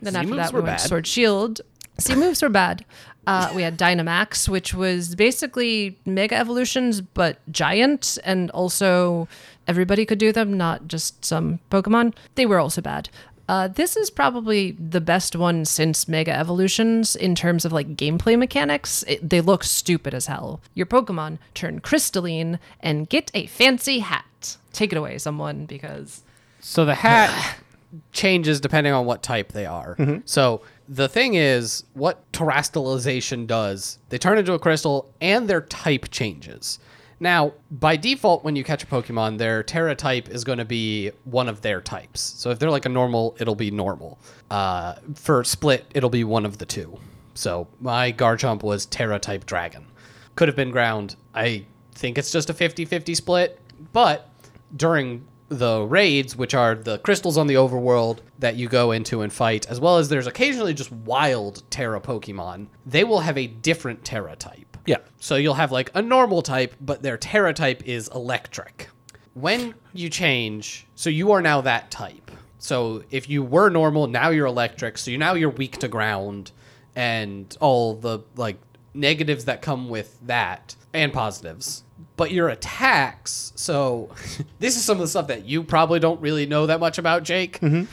Then after
moves
that,
were
we went
bad.
Sword Shield. Z moves were bad. Uh, we had Dynamax, which was basically mega evolutions, but giant, and also everybody could do them, not just some Pokemon. They were also bad. Uh, this is probably the best one since Mega Evolutions in terms of like gameplay mechanics. It, they look stupid as hell. Your Pokemon turn crystalline and get a fancy hat. Take it away, someone, because
So the hat changes depending on what type they are. So the thing is, what terastalization does, they turn into a crystal and their type changes. Now, by default, when you catch a Pokemon, their Terra type is going to be one of their types. So if they're like a normal, it'll be normal. Uh, for split, it'll be one of the two. So my Garchomp was Terra type dragon. Could have been ground. I think it's just a 50 50 split, but during the raids, which are the crystals on the overworld that you go into and fight, as well as there's occasionally just wild Terra Pokemon, they will have a different Terra type.
Yeah.
So you'll have like a normal type, but their Terra type is electric. When you change, so you are now that type. So if you were normal, now you're electric, so you now you're weak to ground and all the like negatives that come with that and positives. But your attacks, so this is some of the stuff that you probably don't really know that much about, Jake. Um,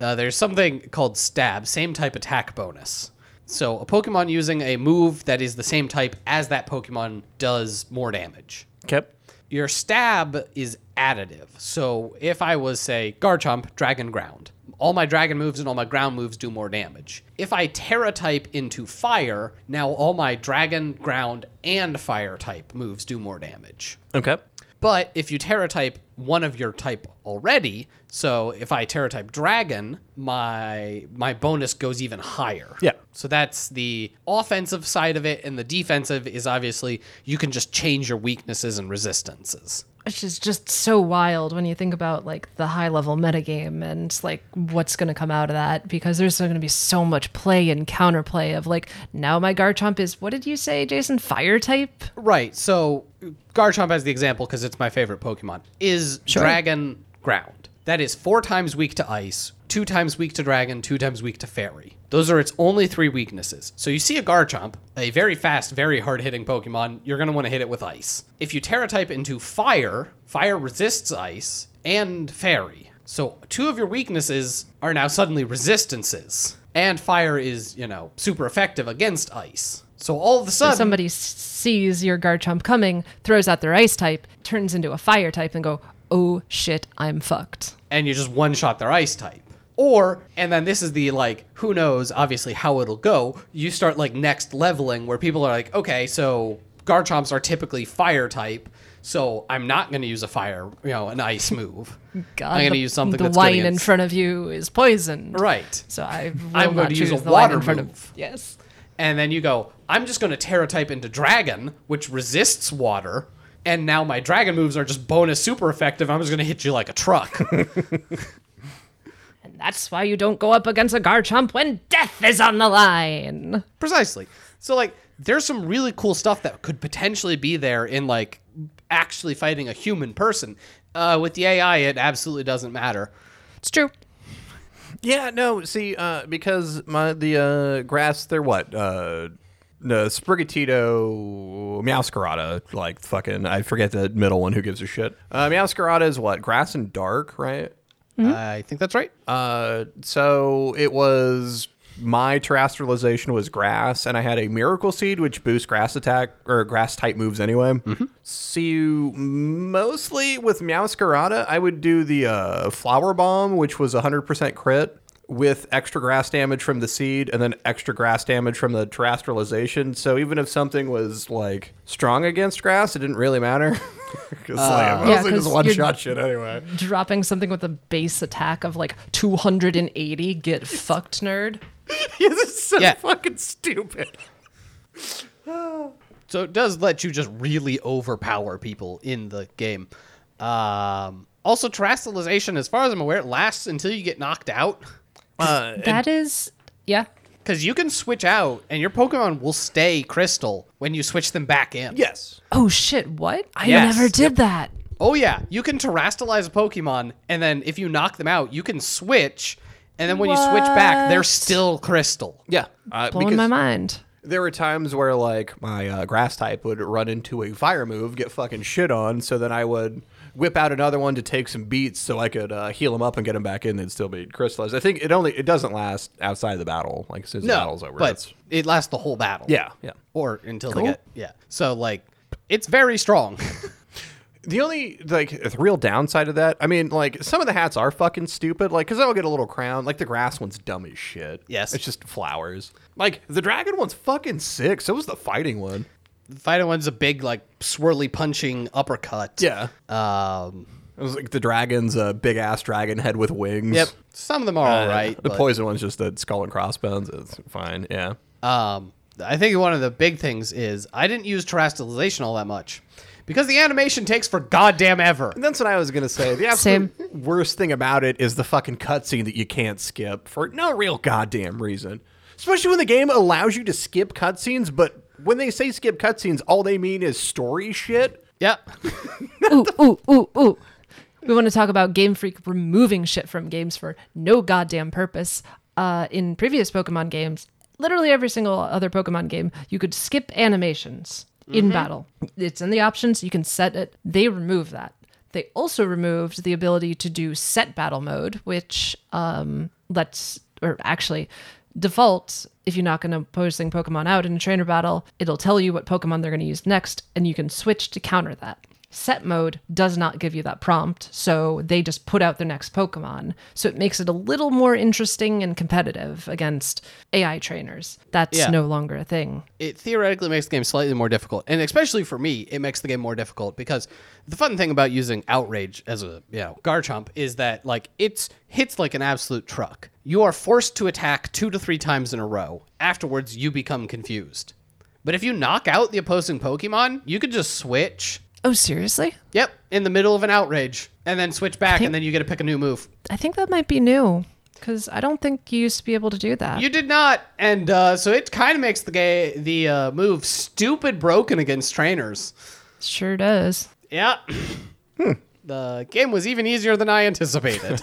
uh, there's something called stab, same type attack bonus. So a Pokemon using a move that is the same type as that Pokemon does more damage.
Kept.
Your stab is additive. So if I was say Garchomp, Dragon Ground, all my dragon moves and all my ground moves do more damage. If I Terra type into fire, now all my dragon, ground, and fire type moves do more damage.
Okay.
But if you Terra type one of your type already, so if I Terra type dragon, my my bonus goes even higher.
Yeah.
So that's the offensive side of it, and the defensive is obviously you can just change your weaknesses and resistances.
which is just so wild when you think about like the high level metagame and like what's going to come out of that because there's going to be so much play and counterplay of like now my Garchomp is what did you say Jason fire type
Right. So Garchomp as the example because it's my favorite Pokemon is Dragon Ground. That is four times weak to ice, two times weak to dragon, two times weak to fairy. Those are its only three weaknesses. So you see a Garchomp, a very fast, very hard hitting Pokemon, you're going to want to hit it with ice. If you Terra type into fire, fire resists ice and fairy. So two of your weaknesses are now suddenly resistances. And fire is, you know, super effective against ice. So all of a sudden,
somebody s- sees your Garchomp coming throws out their ice type turns into a fire type and go oh shit I'm fucked
and you just one shot their ice type. Or, and then this is the like, who knows, obviously, how it'll go. You start like next leveling where people are like, okay, so Garchomps are typically fire type, so I'm not going to use a fire, you know, an ice move.
God
I'm going to
the-
use something
the
that's good
wine in
against-
front of you is poison
Right.
so I will
I'm going
not
to use
choose
a
the wine
water
in front
move.
of yes
And then you go, I'm just going to Terra type into dragon, which resists water. And now my dragon moves are just bonus super effective. I'm just going to hit you like a truck.
And that's why you don't go up against a Garchomp when death is on the line.
Precisely. So like there's some really cool stuff that could potentially be there in like actually fighting a human person. Uh, with the AI, it absolutely doesn't matter.
It's true.
Yeah, no, see, uh, because my the uh, grass, they're what? Uh, no, Sprigatito, Meowscarada, like fucking, I forget the middle one, who gives a shit? Uh, Meowscarada is what? Grass and dark, right?
Uh, I think that's right.
Uh, so it was my terrestrialization was grass, and I had a miracle seed, which boosts grass attack or grass type moves anyway. So you- mostly with Meowscarada, I would do the uh, flower bomb, which was 100% crit with extra grass damage from the seed and then extra grass damage from the terrestrialization. So even if something was like strong against grass, it didn't really matter. Because like,
Yeah,
mostly just
'cause
one
you're-
shot shit anyway.
Dropping something with a base attack of like 280, get fucked, nerd.
this is so
Yeah.
fucking stupid.
So it does let you just really overpower people in the game. Um, also, terrestrialization, as far as I'm aware, it lasts until you get knocked out.
That is, yeah.
Because you can switch out, and your Pokemon will stay crystal when you switch them back in.
Yes.
Oh shit, what? I
Yes.
never did that.
Oh, yeah. You can terrestrialize a Pokemon, and then if you knock them out, you can switch. And then when you switch back, they're
What?
still crystal.
Yeah. Uh,
Blowing my mind.
There were times where like my uh, grass type would run into a fire move, get fucking shit on, so then I would whip out another one to take some beats so I could uh, heal them up and get them back in. They'd still be crystallized. I think it only it doesn't last outside of the battle. Like as soon as the
No,
battle's over,
but
it's-
it lasts the whole battle.
yeah, yeah.
Or until
Cool.
they get. Yeah. So, like, it's very strong.
The only like the real downside of that, I mean, like some of the hats are fucking stupid. Like, cause I'll get a little crown. Like the grass one's dumb as shit.
Yes.
it's just flowers. Like the dragon one's fucking sick. So was the fighting one.
Fighting one's a big, like, swirly punching uppercut.
Yeah,
Um,
it was like the dragon's uh, big ass dragon head with wings.
yep. Some of them are all
Uh,
right.
The
but,
poison one's just the skull and crossbones. It's fine. Yeah.
Um, I think one of the big things is I didn't use terrestrialization all that much because the animation takes for goddamn ever.
That's what I was gonna say. The absolute worst thing about it is the fucking cutscene that you can't skip for no real goddamn reason. Especially when the game allows you to skip cutscenes, but when they say skip cutscenes, all they mean is story shit.
Yep.
ooh, ooh, ooh, ooh. We want to talk about Game Freak removing shit from games for no goddamn purpose. Uh, in previous Pokemon games, literally every single other Pokemon game, you could skip animations in battle. It's in the options, you can set it. They remove that. They also removed the ability to do set battle mode, which um, lets, or actually, default, if you knock an opposing Pokemon out in a trainer battle, it'll tell you what Pokemon they're going to use next, and you can switch to counter that. Set mode does not give you that prompt, so they just put out their next Pokemon. So it makes it a little more interesting and competitive against AI trainers. That's
Yeah.
no longer a thing.
it theoretically makes the game slightly more difficult and especially for me it makes the game more difficult because the fun thing about using outrage as a you know garchomp is that like it's hits like an absolute truck you are forced to attack two to three times in a row afterwards you become confused but if you knock out the opposing pokemon you could just switch
Oh, seriously?
yep in the middle of an outrage and then switch back and then you get to pick a new move
I think that might be new because I don't think you used to be able to do that.
You did not, and uh, so it kind of makes the ga- the uh, move stupid broken against trainers.
sure does.
Yeah. The game was even easier than I anticipated.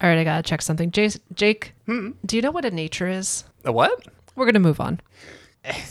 All right, I gotta check something. Jace, Jake, do you know what a nature is?
A what?
We're gonna move on.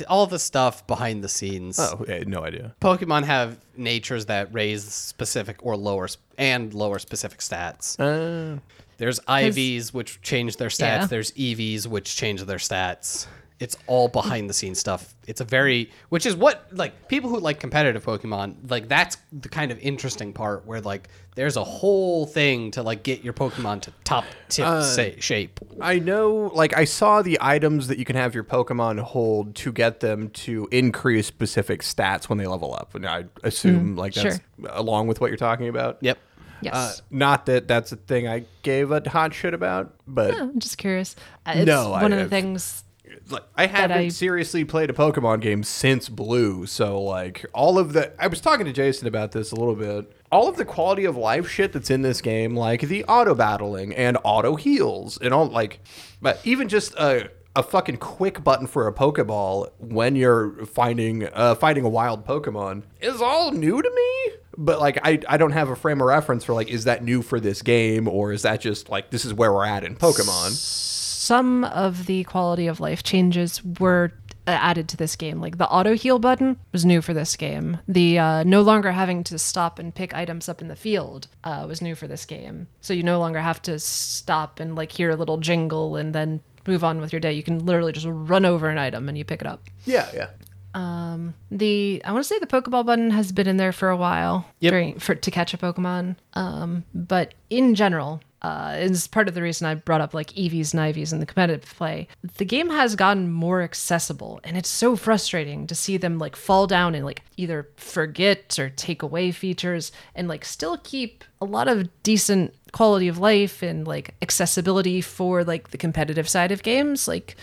All the stuff behind the scenes.
Oh, I had no idea.
Pokemon have natures that raise specific or lower sp- and lower specific stats.
Uh,
There's IVs which change their stats.
Yeah.
There's EVs which change their stats. It's all behind the scenes stuff. It's a very which is what like people who like competitive Pokemon, like that's the kind of interesting part where like there's a whole thing to like get your Pokemon to top tip sa- shape.
I know, like, I saw the items that you can have your Pokemon hold to get them to increase specific stats when they level up. And I assume, like, that's along with what you're talking about.
Yep.
Yes.
Uh, not that that's a thing I gave a hot shit about, but
I'm just curious. Uh, It's
No, I-
one of the
I've-
things.
like, I haven't
I-
seriously played a Pokemon game since Blue. So, like, all of the. I was talking to Jason about this a little bit. All of the quality of life shit that's in this game, like the auto battling and auto heals and all, like, but even just a. A fucking quick button for a Pokeball when you're finding uh, fighting a wild Pokemon is all new to me. But like, I, I don't have a frame of reference for like, is that new for this game or is that just like this is where we're at in Pokemon?
Some of the quality of life changes were uh, added to this game. Like the auto heal button was new for this game. The uh, no longer having to stop and pick items up in the field uh, was new for this game. So you no longer have to stop and like hear a little jingle and then move on with your day. You can literally just run over an item and you pick it up.
Yeah, yeah.
Um, the I want to say the Pokeball button has been in there for a while
Yep.
during, for to catch a Pokemon. Um, but in general, uh, is part of the reason I brought up like EVs and IVs in the competitive play. The game has gotten more accessible, and it's so frustrating to see them like fall down and like either forget or take away features, and like still keep a lot of decent quality of life and like accessibility for like the competitive side of games, like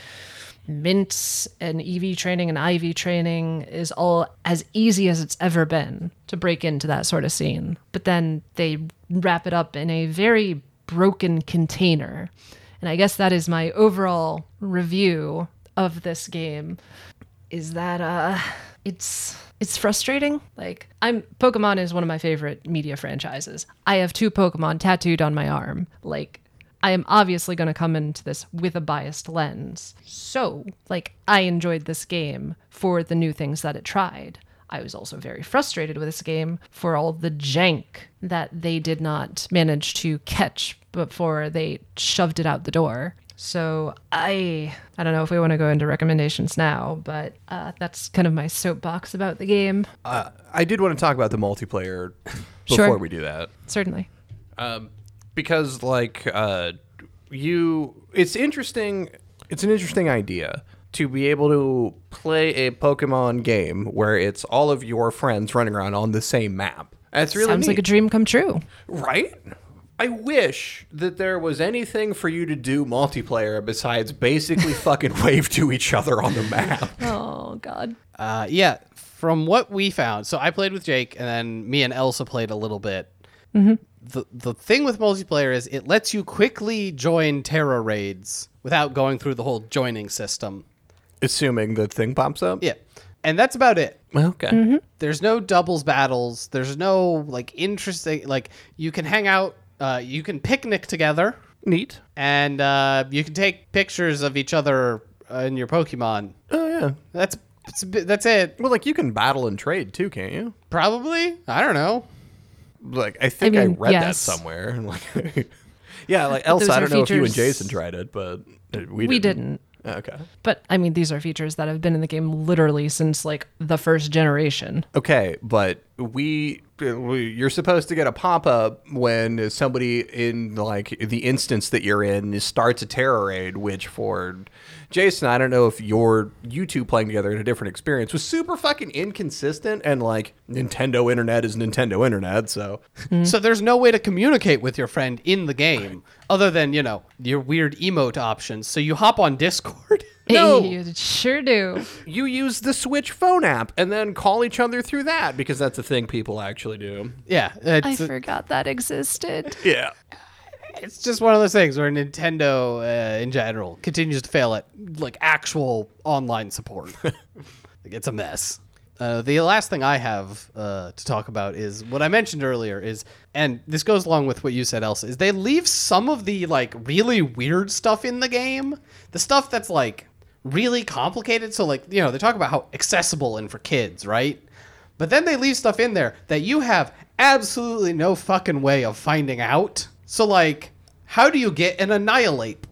mints and EV training and IV training is all as easy as it's ever been to break into that sort of scene. But then they wrap it up in a very broken container. And I guess that is my overall review of this game is that uh it's it's frustrating. Like I'm Pokemon is one of my favorite media franchises. I have two Pokemon tattooed on my arm. Like I am obviously going to come into this with a biased lens. So, like I enjoyed this game for the new things that it tried. I was also very frustrated with this game for all the jank that they did not manage to catch before they shoved it out the door. So I I don't know if we want to go into recommendations now, but uh, that's kind of my soapbox about the game.
Uh, I did want to talk about the multiplayer before
Sure.
we do that.
Certainly.
because like uh you it's interesting it's an interesting idea to be able to play a pokemon game where it's all of your friends running around on the same map that's really
Sounds like a
neat,
dream come true.
right i wish that there was anything for you to do multiplayer besides basically fucking wave to each other on the map
Oh god.
Uh, yeah, from what we found, so I played with Jake, and then me and Elsa played a little bit. The the thing with multiplayer is it lets you quickly join terror raids without going through the whole joining system.
assuming the thing pops up
Yeah, and that's about it.
okay
Mm-hmm.
There's no doubles battles. There's no like interesting like you can hang out. Uh, you can picnic together,
neat
and uh, you can take pictures of each other uh, and your Pokemon.
oh yeah
That's that's a bit- that's it.
well like you can battle and trade too can't you
Probably. I don't know.
like I think I,
mean,
read that
yes.
somewhere. and, Like, yeah, like Elsa.
those
I
are
don't know if you and
features-
Jason tried it, but uh, we
We
didn't. Oh,
didn't.
Okay.
But I mean these are features that have been in the game literally since like the first generation.
Okay, but we we- you're supposed to get a pop up when somebody in like the instance that you're in starts a terror raid, which for Jason, I don't know if your you two playing together in a different experience was super fucking inconsistent and like Nintendo internet is Nintendo internet, so
So there's no way to communicate with your friend in the game other than, you know, your weird emote options. So you hop on Discord.
No.
You sure do.
you use the Switch phone app and then call each other through that because that's a thing people actually do.
yeah.
I
It's,
forgot that existed.
Yeah.
it's just one of those things where Nintendo uh, in general continues to fail at like actual online support. like, it's a mess. Uh, the last thing I have uh, to talk about is what I mentioned earlier is, and this goes along with what you said, Elsa, is they leave some of the like really weird stuff in the game. The stuff that's like really complicated. So like, you know, they talk about how accessible and for kids, right? But then they leave stuff in there that you have absolutely no fucking way of finding out. So like, how do you get an annihilate?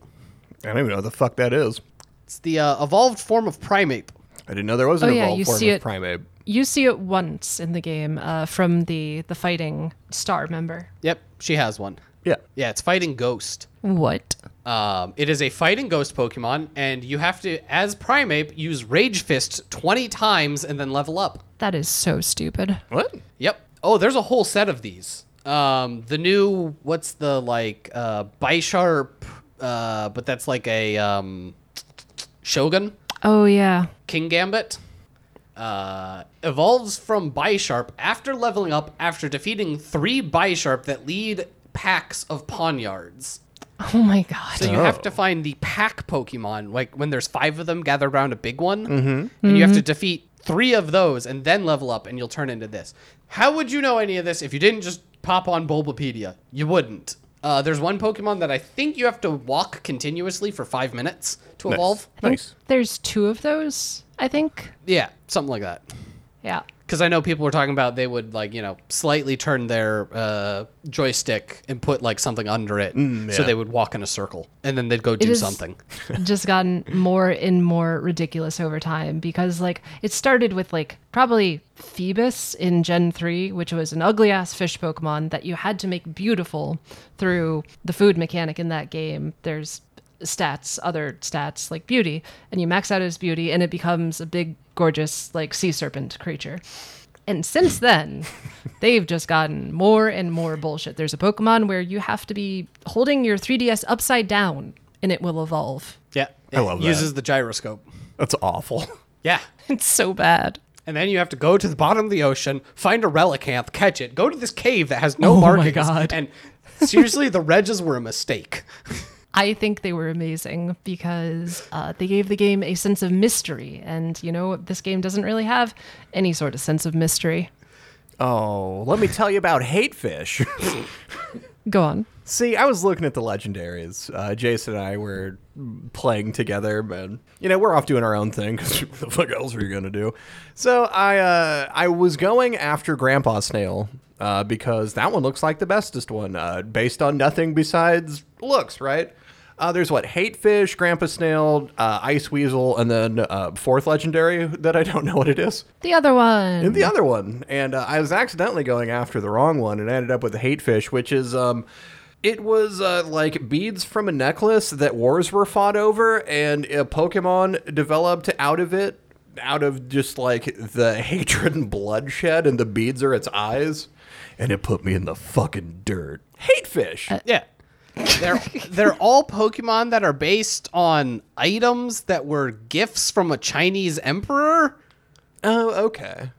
I don't even know what the fuck that is.
It's the uh, evolved form of primate.
I didn't know there was an
Oh, yeah,
evolved
you
form
see
of
it-
primate.
You see it once in the game uh, from the the fighting star member.
Yep, she has one.
Yeah.
Yeah, it's fighting ghost.
What?
Um, it is a fighting ghost Pokemon, and you have to, as Primeape, use Rage Fist 20 times and then level up.
That is so stupid.
What?
Yep. Oh, there's a whole set of these. Um, the new, what's the, like, uh, Bisharp, uh, but that's like a um, Shogun,
Oh yeah.
King Gambit. Uh, evolves from Bisharp after leveling up after defeating three Bisharp that lead packs of Ponyards.
Oh my god.
So you have to find the pack Pokemon, like when there's five of them gathered around a big one, and you have to defeat three of those and then level up, and you'll turn into this. How would you know any of this if you didn't just pop on Bulbapedia? You wouldn't. Uh, there's one Pokemon that I think you have to walk continuously for five minutes to evolve.
There's two of those, I think.
Yeah, something like that.
Yeah.
because I know people were talking about they would like you know slightly turn their uh, joystick and put like something under it, so
yeah.
they would walk in a circle and then they'd go do
has
something.
just gotten more and more ridiculous over time because like it started with like probably Phoebus in Gen 3, which was an ugly ass fish Pokemon that you had to make beautiful through the food mechanic in that game. There's stats, other stats like beauty, and you max out his beauty and it becomes a big gorgeous like sea serpent creature. And since then, they've just gotten more and more bullshit. There's a Pokemon where you have to be holding your 3DS upside down and it will evolve.
Yeah, it
I love that.
Uses the gyroscope.
That's awful.
Yeah.
It's so bad.
And then you have to go to the bottom of the ocean, find a relicanth, catch it, go to this cave that has no markings.
God.
And seriously, the reges were a mistake.
I think they were amazing because uh, they gave the game a sense of mystery. And, you know, this game doesn't really have any sort of sense of mystery.
Oh, let me tell you about Hatefish.
Go on.
See, I was looking at the legendaries. Uh, Jason and I were playing together, and you know we're off doing our own thing because what the fuck else are you gonna do? So I uh, I was going after Grandpa Snail uh, because that one looks like the bestest one, uh, based on nothing besides looks, right? Uh, there's what Hatefish, Grandpa Snail, uh, Ice Weasel, and then uh, fourth legendary that I don't know what it is.
The other one.
And the other one. And uh, I was accidentally going after the wrong one and ended up with hate fish, which is um it was uh, like beads from a necklace that wars were fought over and a Pokemon developed out of it out of just like the hatred and bloodshed and the beads are its eyes and it put me in the fucking dirt. Hate fish.
Yeah. They're they're all Pokemon that are based on items that were gifts from a Chinese emperor.
oh, okay.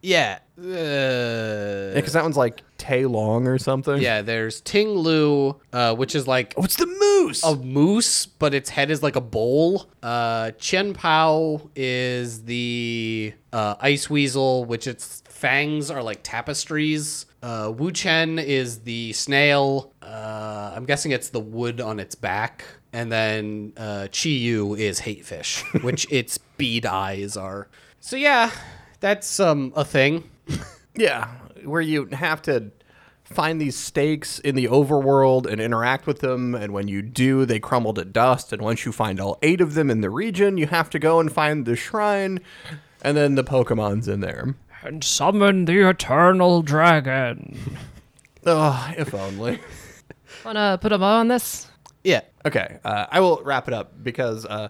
Yeah. Uh,
Because that one's like Tay Long or something.
yeah, there's Ting Lu, uh, which is like
What's the moose?
a moose, but its head is like a bowl. Uh, Chen Pao is the uh, ice weasel, which its fangs are like tapestries. Uh, Wu Chen is the snail. Uh, I'm guessing it's the wood on its back. And then uh, Chi Yu is hatefish, which its bead eyes are. So yeah, that's um a thing.
Yeah, where you have to find these stakes in the overworld and interact with them, and when you do, they crumble to dust. And once you find all eight of them in the region, you have to go and find the shrine, and then the Pokemon's in there.
and summon the eternal dragon.
Oh, if only.
Wanna put a bow on this?
Yeah.
Okay, uh, I will wrap it up because uh,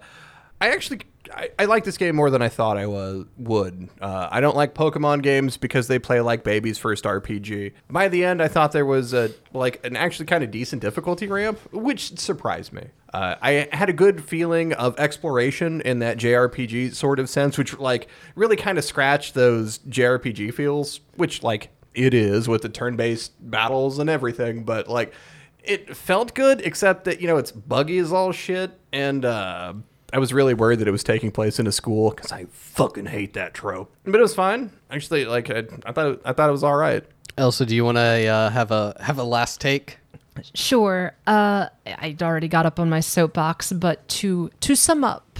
I actually I, I like this game more than I thought I was would. Uh, I don't like Pokemon games because they play like baby's first RPG. By the end, I thought there was a like an actually kind of decent difficulty ramp, which surprised me. Uh, I had a good feeling of exploration in that JRPG sort of sense, which like really kind of scratched those JRPG feels, which like it is with the turn-based battles and everything, but like it felt good, except that you know it's buggy as all shit, and uh, I was really worried that it was taking place in a school because I fucking hate that trope. But it was fine, actually. Like I, I thought, I thought it was all right.
Elsa, do you want to uh, have a have a last take?
Sure. Uh, I'd already got up on my soapbox, but to to sum up,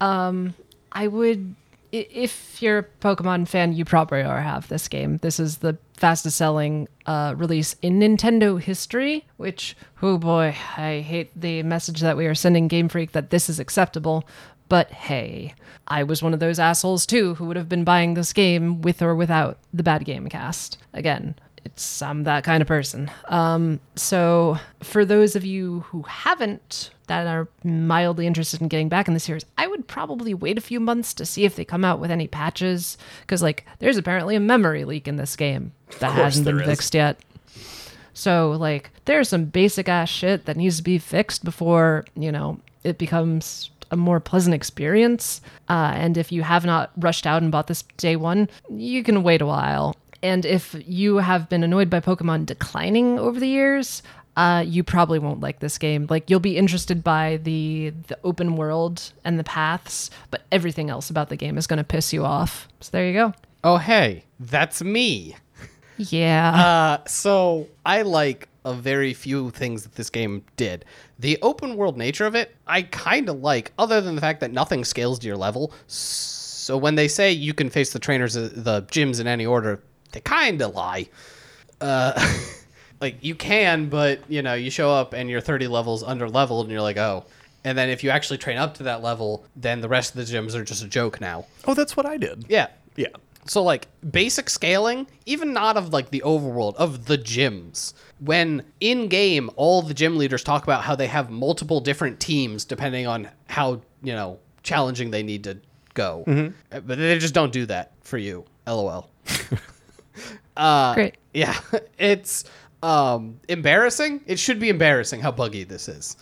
um, I would, i- if you're a Pokemon fan, you probably already have this game. This is the fastest selling uh, release in Nintendo history. Which, oh boy, I hate the message that we are sending Game Freak that this is acceptable. But hey, I was one of those assholes too who would have been buying this game with or without the Bad Game Cast. Again, it's I'm that kind of person. Um, so for those of you who haven't that are mildly interested in getting back in the series, I would probably wait a few months to see if they come out with any patches because like there's apparently a memory leak in this game that hasn't been
there is.
fixed yet. So like there's some basic ass shit that needs to be fixed before, you know, it becomes a more pleasant experience. Uh, and if you have not rushed out and bought this day one, you can wait a while. And if you have been annoyed by Pokemon declining over the years, uh, you probably won't like this game. Like you'll be interested by the the open world and the paths, but everything else about the game is going to piss you off. So there you go.
Oh hey, that's me.
Yeah.
Uh, so I like a very few things that this game did. The open world nature of it, I kind of like, other than the fact that nothing scales to your level. So when they say you can face the trainers, uh, the gyms in any order, they kind of lie. Uh, like you can, but you know you show up and you're 30 levels under leveled, and you're like, oh. And then if you actually train up to that level, then the rest of the gyms are just a joke now.
Oh, that's what I did.
Yeah.
Yeah.
So like basic scaling, even not of like the overworld, of the gyms. When in game all the gym leaders talk about how they have multiple different teams depending on how, you know, challenging they need to go. Uh, But they just don't do that for you. LOL.
Great.
Yeah, it's um embarrassing. It should be embarrassing how buggy this is.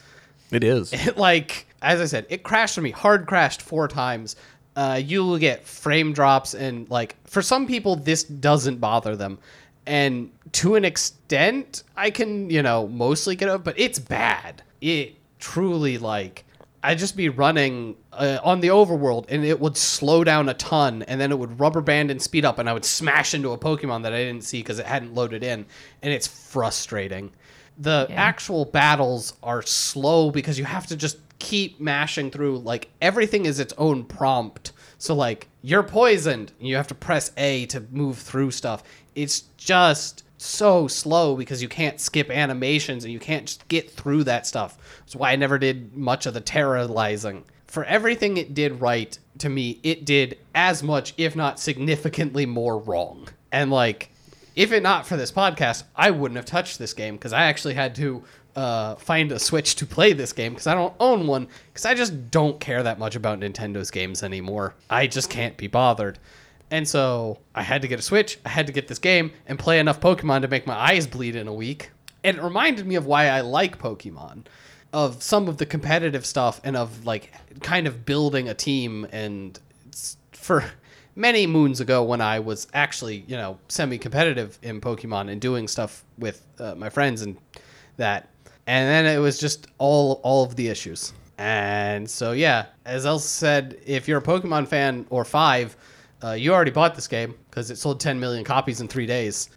It is.
It, like as I said, it crashed on me, hard crashed four times. Uh, you will get frame drops and like for some people this doesn't bother them, and to an extent I can you know mostly get over, but it's bad. It truly like I'd just be running uh, on the overworld and it would slow down a ton and then it would rubber band and speed up and I would smash into a Pokemon that I didn't see because it hadn't loaded in and it's frustrating. The actual battles are slow because you have to just keep mashing through like everything is its own prompt. So like you're poisoned, and you have to press A to move through stuff. It's just so slow because you can't skip animations and you can't just get through that stuff. That's why I never did much of the terrorizing. For everything it did right to me, it did as much, if not significantly more wrong. And like, if it not for this podcast, I wouldn't have touched this game because I actually had to uh, find a Switch to play this game because I don't own one because I just don't care that much about Nintendo's games anymore. I just can't be bothered. And so I had to get a Switch, I had to get this game, and play enough Pokemon to make my eyes bleed in a week. And it reminded me of why I like Pokemon, of some of the competitive stuff, and of like kind of building a team. And it's- for many moons ago, when I was actually, you know, semi competitive in Pokemon and doing stuff with uh, my friends and that. And then it was just all all of the issues. And so yeah, as Elsa said, if you're a Pokemon fan or five, uh, you already bought this game because it sold 10 million copies in three days.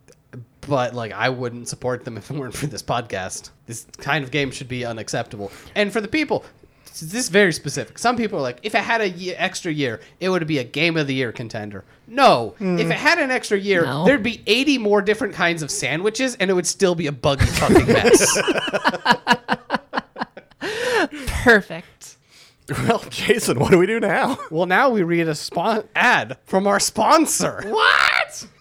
But like, I wouldn't support them if it weren't for this podcast. This kind of game should be unacceptable. And for the people, this is very specific. Some people are like, if it had a ye- extra year, it would be a game of the year contender. No, if it had an extra year,
No.
there'd be 80 more different kinds of sandwiches, and it would still be a buggy fucking mess.
Perfect.
Well, Jason, what do we do now?
well, now we read a spon- ad from our sponsor.
What?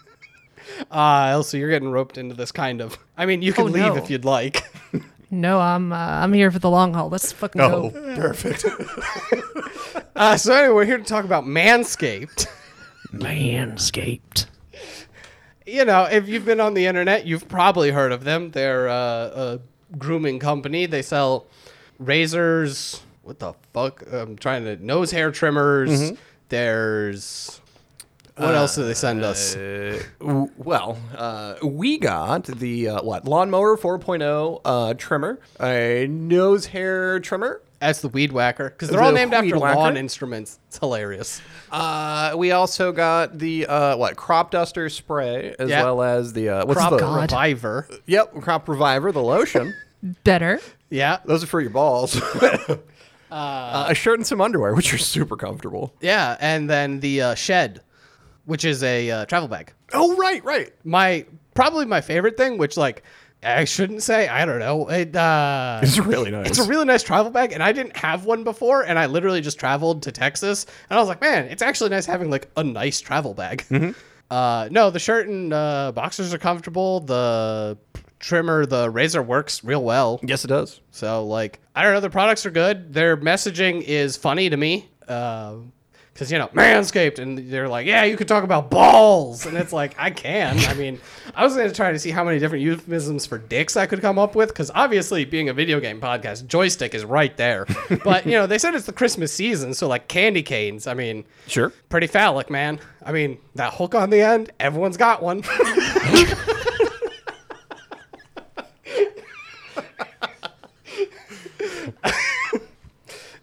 Uh, Elsa, you're getting roped into this kind of. I mean, you can
Oh,
leave
no.
if you'd like.
No, I'm uh, I'm here for the long haul. Let's fucking
Oh,
go.
perfect.
Uh, so anyway, we're here to talk about Manscaped.
Manscaped.
you know, if you've been on the internet, you've probably heard of them. They're uh, a grooming company. They sell razors. What the fuck? I'm trying to nose hair trimmers.
Mm-hmm.
There's what else do they send us?
Uh, W- well, uh, we got the uh, what lawnmower 4.0 uh, trimmer, a nose hair trimmer.
That's the weed whacker because they're all
the
named
weed
after lawn
whacker?
instruments. It's hilarious.
Uh, we also got the uh, what crop duster spray, as
Yeah.
well as the uh, what's
Crop
the
reviver.
yep crop reviver, the lotion.
Better.
Yeah,
Those are for your balls. uh, a shirt and some underwear, which are super comfortable.
yeah, and then the uh, shed, which is a uh, travel bag.
Oh, right, right.
my probably my favorite thing, which like I shouldn't say, I don't know. It uh
It's really nice.
it's a really nice travel bag, and I didn't have one before, and I literally just traveled to Texas, and I was like, man, it's actually nice having like a nice travel bag. Uh, no, the shirt and uh, boxers are comfortable. The trimmer, the razor works real well.
yes, it does.
So like, I don't know. Their products are good. Their messaging is funny to me. Um 'cause because you know, manscaped, and they're like, "Yeah, you could talk about balls," and it's like, I can. I mean, I was gonna try to see how many different euphemisms for dicks I could come up with, because obviously, being a video game podcast, joystick is right there. but you know, they said it's the Christmas season, so like candy canes. I mean,
Sure.
pretty phallic, man. I mean, that hook on the end, everyone's got one.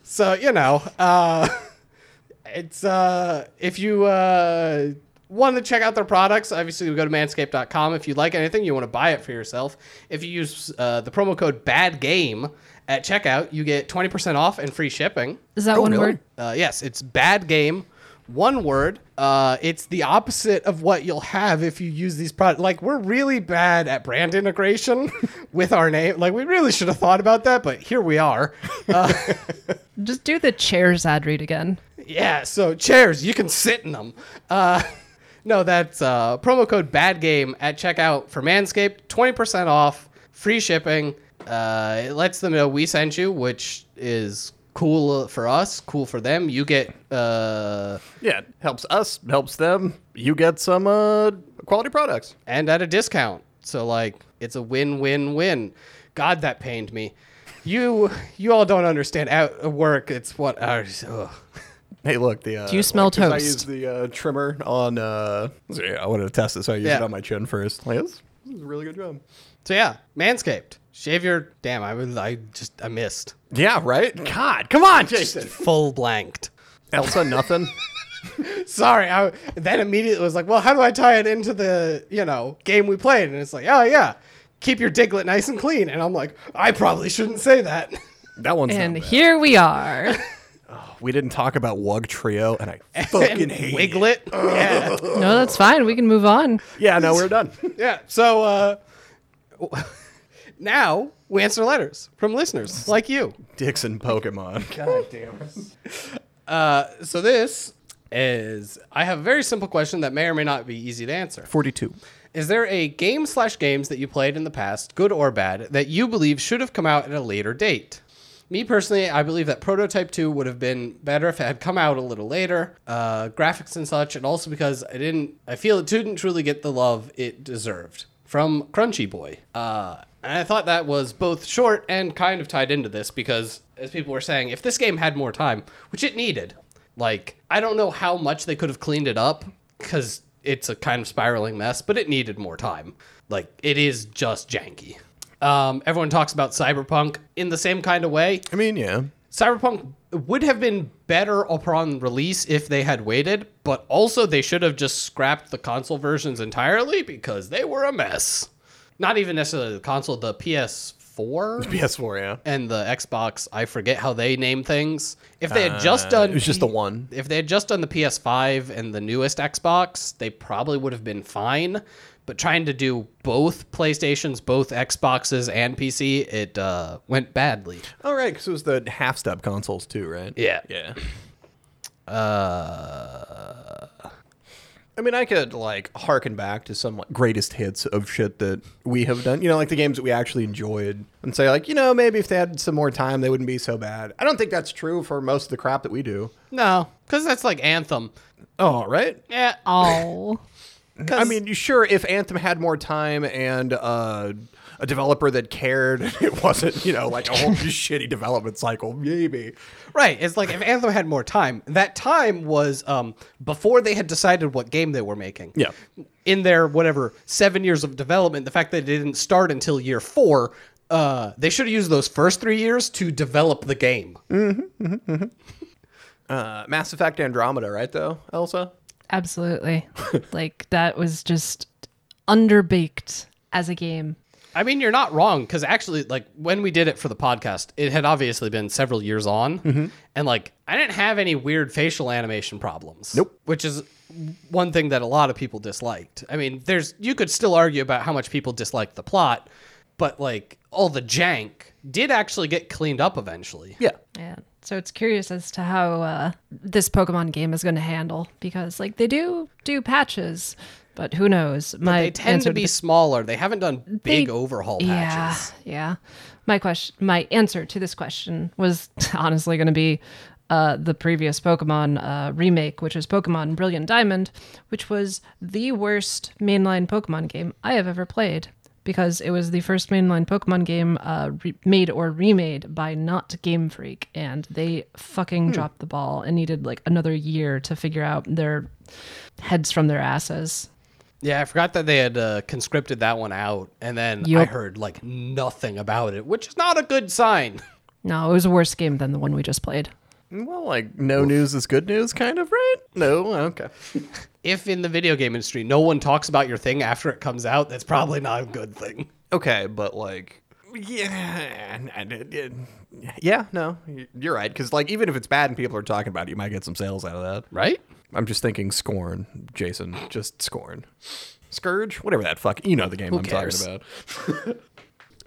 so, you know, uh, it's uh, if you uh, want to check out their products, obviously we go to manscaped.com. If you like anything, you want to buy it for yourself. If you use uh, the promo code BAD GAME at checkout, you get 20% off and free shipping.
Is that
Oh,
one
really?
word?
Uh, yes, it's bad game one word. Uh, it's the opposite of what you'll have if you use these products. Like we're really bad at brand integration with our name. Like we really should have thought about that, but here we are.
Just do the chairs ad read again.
Yeah, so chairs, you can sit in them. Uh, no, that's uh, promo code BADGAME at checkout for Manscaped. 20% off, free shipping. Uh, it lets them know we sent you, which is cool for us, cool for them. You get, uh,
Yeah, it helps us, helps them. You get some uh, quality products.
and at a discount. So, like, it's a win win win. God, that pained me. You you all don't understand. At work, it's what. Uh, ugh.
Hey, look, the uh,
Do you smell
like, 'cause I
toast?
use the uh, trimmer on. Uh, so, yeah, I wanted to test this, so I used
Yeah.
it on my chin first. Like, this this is a really good job.
So, yeah, Manscaped. Shave your. Damn, I, was, I just. I missed.
Yeah, right. God, come on, Jason.
full blanked.
Elsa, nothing.
Sorry, I then immediately was like, well, how do I tie it into the you know game we played? And it's like, oh yeah, keep your diglet nice and clean. And I'm like, I probably shouldn't say that.
That one's
And
and
here we are.
we didn't talk about Wug Trio, and I fucking hate it.
Wiglet, yeah,
no, that's fine. We can move on.
Yeah, no, we're done.
yeah. So uh, now we answer letters from listeners like you.
Dixon Pokemon. God damn.
So this is I have a very simple question that may or may not be easy to answer.
Forty-two.
Is there a game slash games that you played in the past, good or bad, that you believe should have come out at a later date? Me personally, I believe that Prototype 2 would have been better if it had come out a little later, uh, graphics and such, and also because I didn't, I feel it didn't truly get the love it deserved from Crunchy Boy. Uh, and I thought that was both short and kind of tied into this because, as people were saying, if this game had more time, which it needed, like, I don't know how much they could have cleaned it up because it's a kind of spiraling mess, but it needed more time. Like, it is just janky. Um, everyone talks about Cyberpunk in the same kind of way.
I mean, yeah.
Cyberpunk would have been better upon release if they had waited, but also they should have just scrapped the console versions entirely because they were a mess. Not even necessarily the console, the PS4
PS4, yeah.
and the Xbox, I forget how they name things. If they had just done
It was just the one.
if they had just done the PS5 and the newest Xbox, they probably would have been fine. But trying to do both PlayStations, both Xboxes, and PC, it uh, went badly.
All Oh, right, because it was the half-step consoles too, right?
Yeah.
Yeah. Uh, I mean, I could like harken back to some like, greatest hits of shit that we have done, you know, like the games that we actually enjoyed, and say like, you know, maybe if they had some more time, they wouldn't be so bad. I don't think that's true for most of the crap that we do.
No, because that's like Anthem.
Oh, right.
Yeah.
Oh.
I mean, you sure, if Anthem had more time and uh, a developer that cared, it wasn't, you know, like a whole shitty development cycle, maybe.
Right. It's like if Anthem had more time, that time was um, before they had decided what game they were making.
Yeah.
In their whatever seven years of development, the fact that it didn't start until year four, uh, they should have used those first three years to develop the game.
Uh, Mass Effect Andromeda, right, though, Elsa?
Absolutely. like that was just underbaked as a game.
I mean, you're not wrong because actually, like when we did it for the podcast, it had obviously been several years on, and like I didn't have any weird facial animation problems.
Nope.
Which is one thing that a lot of people disliked. I mean, there's you could still argue about how much people disliked the plot, but like all the jank did actually get cleaned up eventually.
Yeah.
Yeah. So it's curious as to how uh, this Pokemon game is going to handle because like they do do patches, but who knows? My
They tend
answer
to be smaller. They haven't done big
They-
overhaul
the-
patches.
Yeah. Yeah. My question my answer to this question was honestly going to be uh, the previous Pokemon uh, remake, which was Pokemon Brilliant Diamond, which was the worst mainline Pokemon game I have ever played because it was the first mainline Pokemon game uh, re- made or remade by not Game Freak, and they fucking dropped the ball and needed like another year to figure out their heads from their asses.
Yeah, I forgot that they had uh, conscripted that one out, and then I
Yep.
heard like nothing about it, which is not a good sign.
No, it was a worse game than the one we just played.
Well, like, no news is good news, kind of, right? No, okay.
If in the video game industry no one talks about your thing after it comes out, that's probably not a good thing.
Okay, but like, Yeah, and it- it- yeah, no, y- you're right. Because like, even if it's bad and people are talking about it, you might get some sales out of that.
right?
I'm just thinking scorn, Jason. Just scorn, scourge, whatever that fuck. You know the game I'm
cares?
talking about.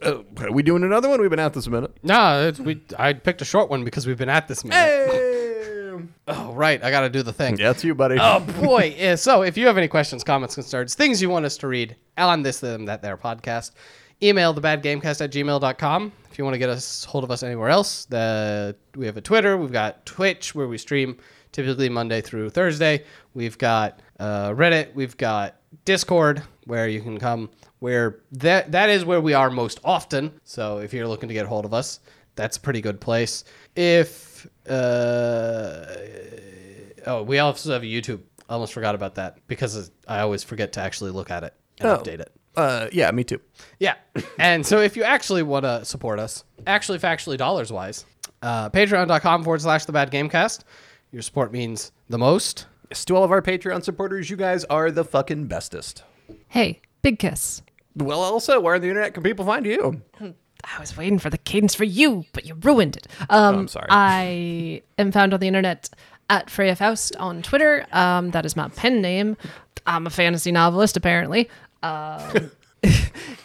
uh, are we doing another one? We've been at this a minute.
Nah, it's, we I picked a short one because we've been at this minute.
Hey,
Oh, right, I got to do the thing.
yeah, it's you, buddy.
Oh boy! Yeah, so if you have any questions, comments, concerns, things you want us to read on this, them, that, there podcast, email thebadgamecast at gmail.com. If you want to get us hold of us anywhere else, the, we have a Twitter. We've got Twitch where we stream typically Monday through Thursday. We've got uh, Reddit. We've got Discord where you can come. Where that that is where we are most often. So if you're looking to get hold of us, that's a pretty good place. If uh, Oh, we also have a YouTube. I almost forgot about that because I always forget to actually look at it and update it.
Uh, yeah, me too.
Yeah. and so if you actually want to support us, actually, factually, dollars wise, uh, patreon.com forward slash the bad gamecast. Your support means the most.
Yes, to all of our Patreon supporters, you guys are the fucking bestest.
Hey, big kiss.
Well, also, where on the internet can people find you?
I was waiting for the cadence for you, but you ruined it. Um,
Oh, I'm sorry.
I am found on the internet at Freya Faust on Twitter. Um, that is my pen name. I'm a fantasy novelist, apparently. Um,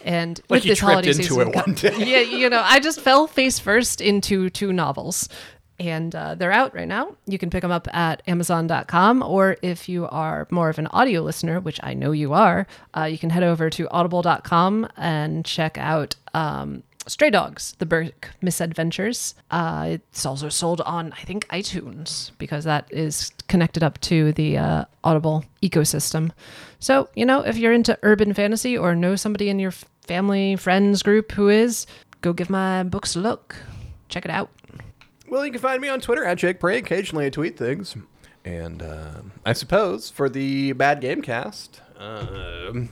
and with
you
this holiday
tripped into
season,
it one day.
yeah, you know, I just fell face first into two novels. And uh, they're out right now. You can pick them up at Amazon.com, or if you are more of an audio listener, which I know you are, uh, you can head over to Audible.com and check out um, Stray Dogs: The Burke Misadventures. Uh, it's also sold on, I think, iTunes because that is connected up to the uh, Audible ecosystem. So you know, if you're into urban fantasy or know somebody in your f- family, friends group who is, go give my books a look. Check it out.
Well, you can find me on Twitter at Jake Prey. Occasionally, I tweet things. And uh, I suppose for the Bad Game Cast, um,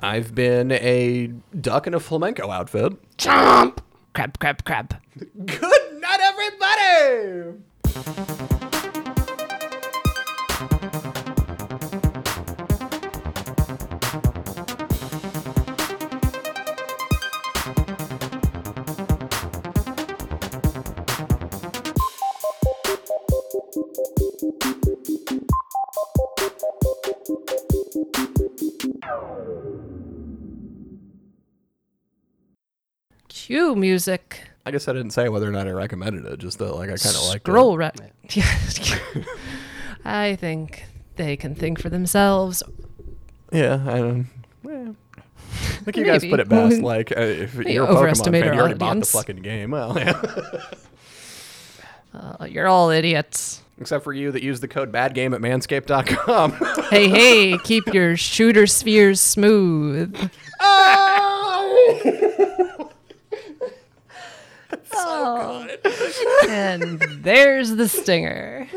I've been a duck in a flamenco outfit.
Chomp!
Crab, crab, crab.
Good night, everybody!
Cue music.
I guess I didn't say whether or not I recommended it, just that like I kind of like
Scroll right. I think they can think for themselves.
Yeah, I don't. yeah. I think you guys
Maybe.
put it best. Like, uh, if you're a Pokemon fan,
overestimate
you
our
already bought the
audience.
fucking game. Well, yeah.
Uh, you're all idiots.
except for you that use the code BADGAME at manscaped.com.
Hey, hey, keep your shooter spheres smooth. and there's Oh. the stinger.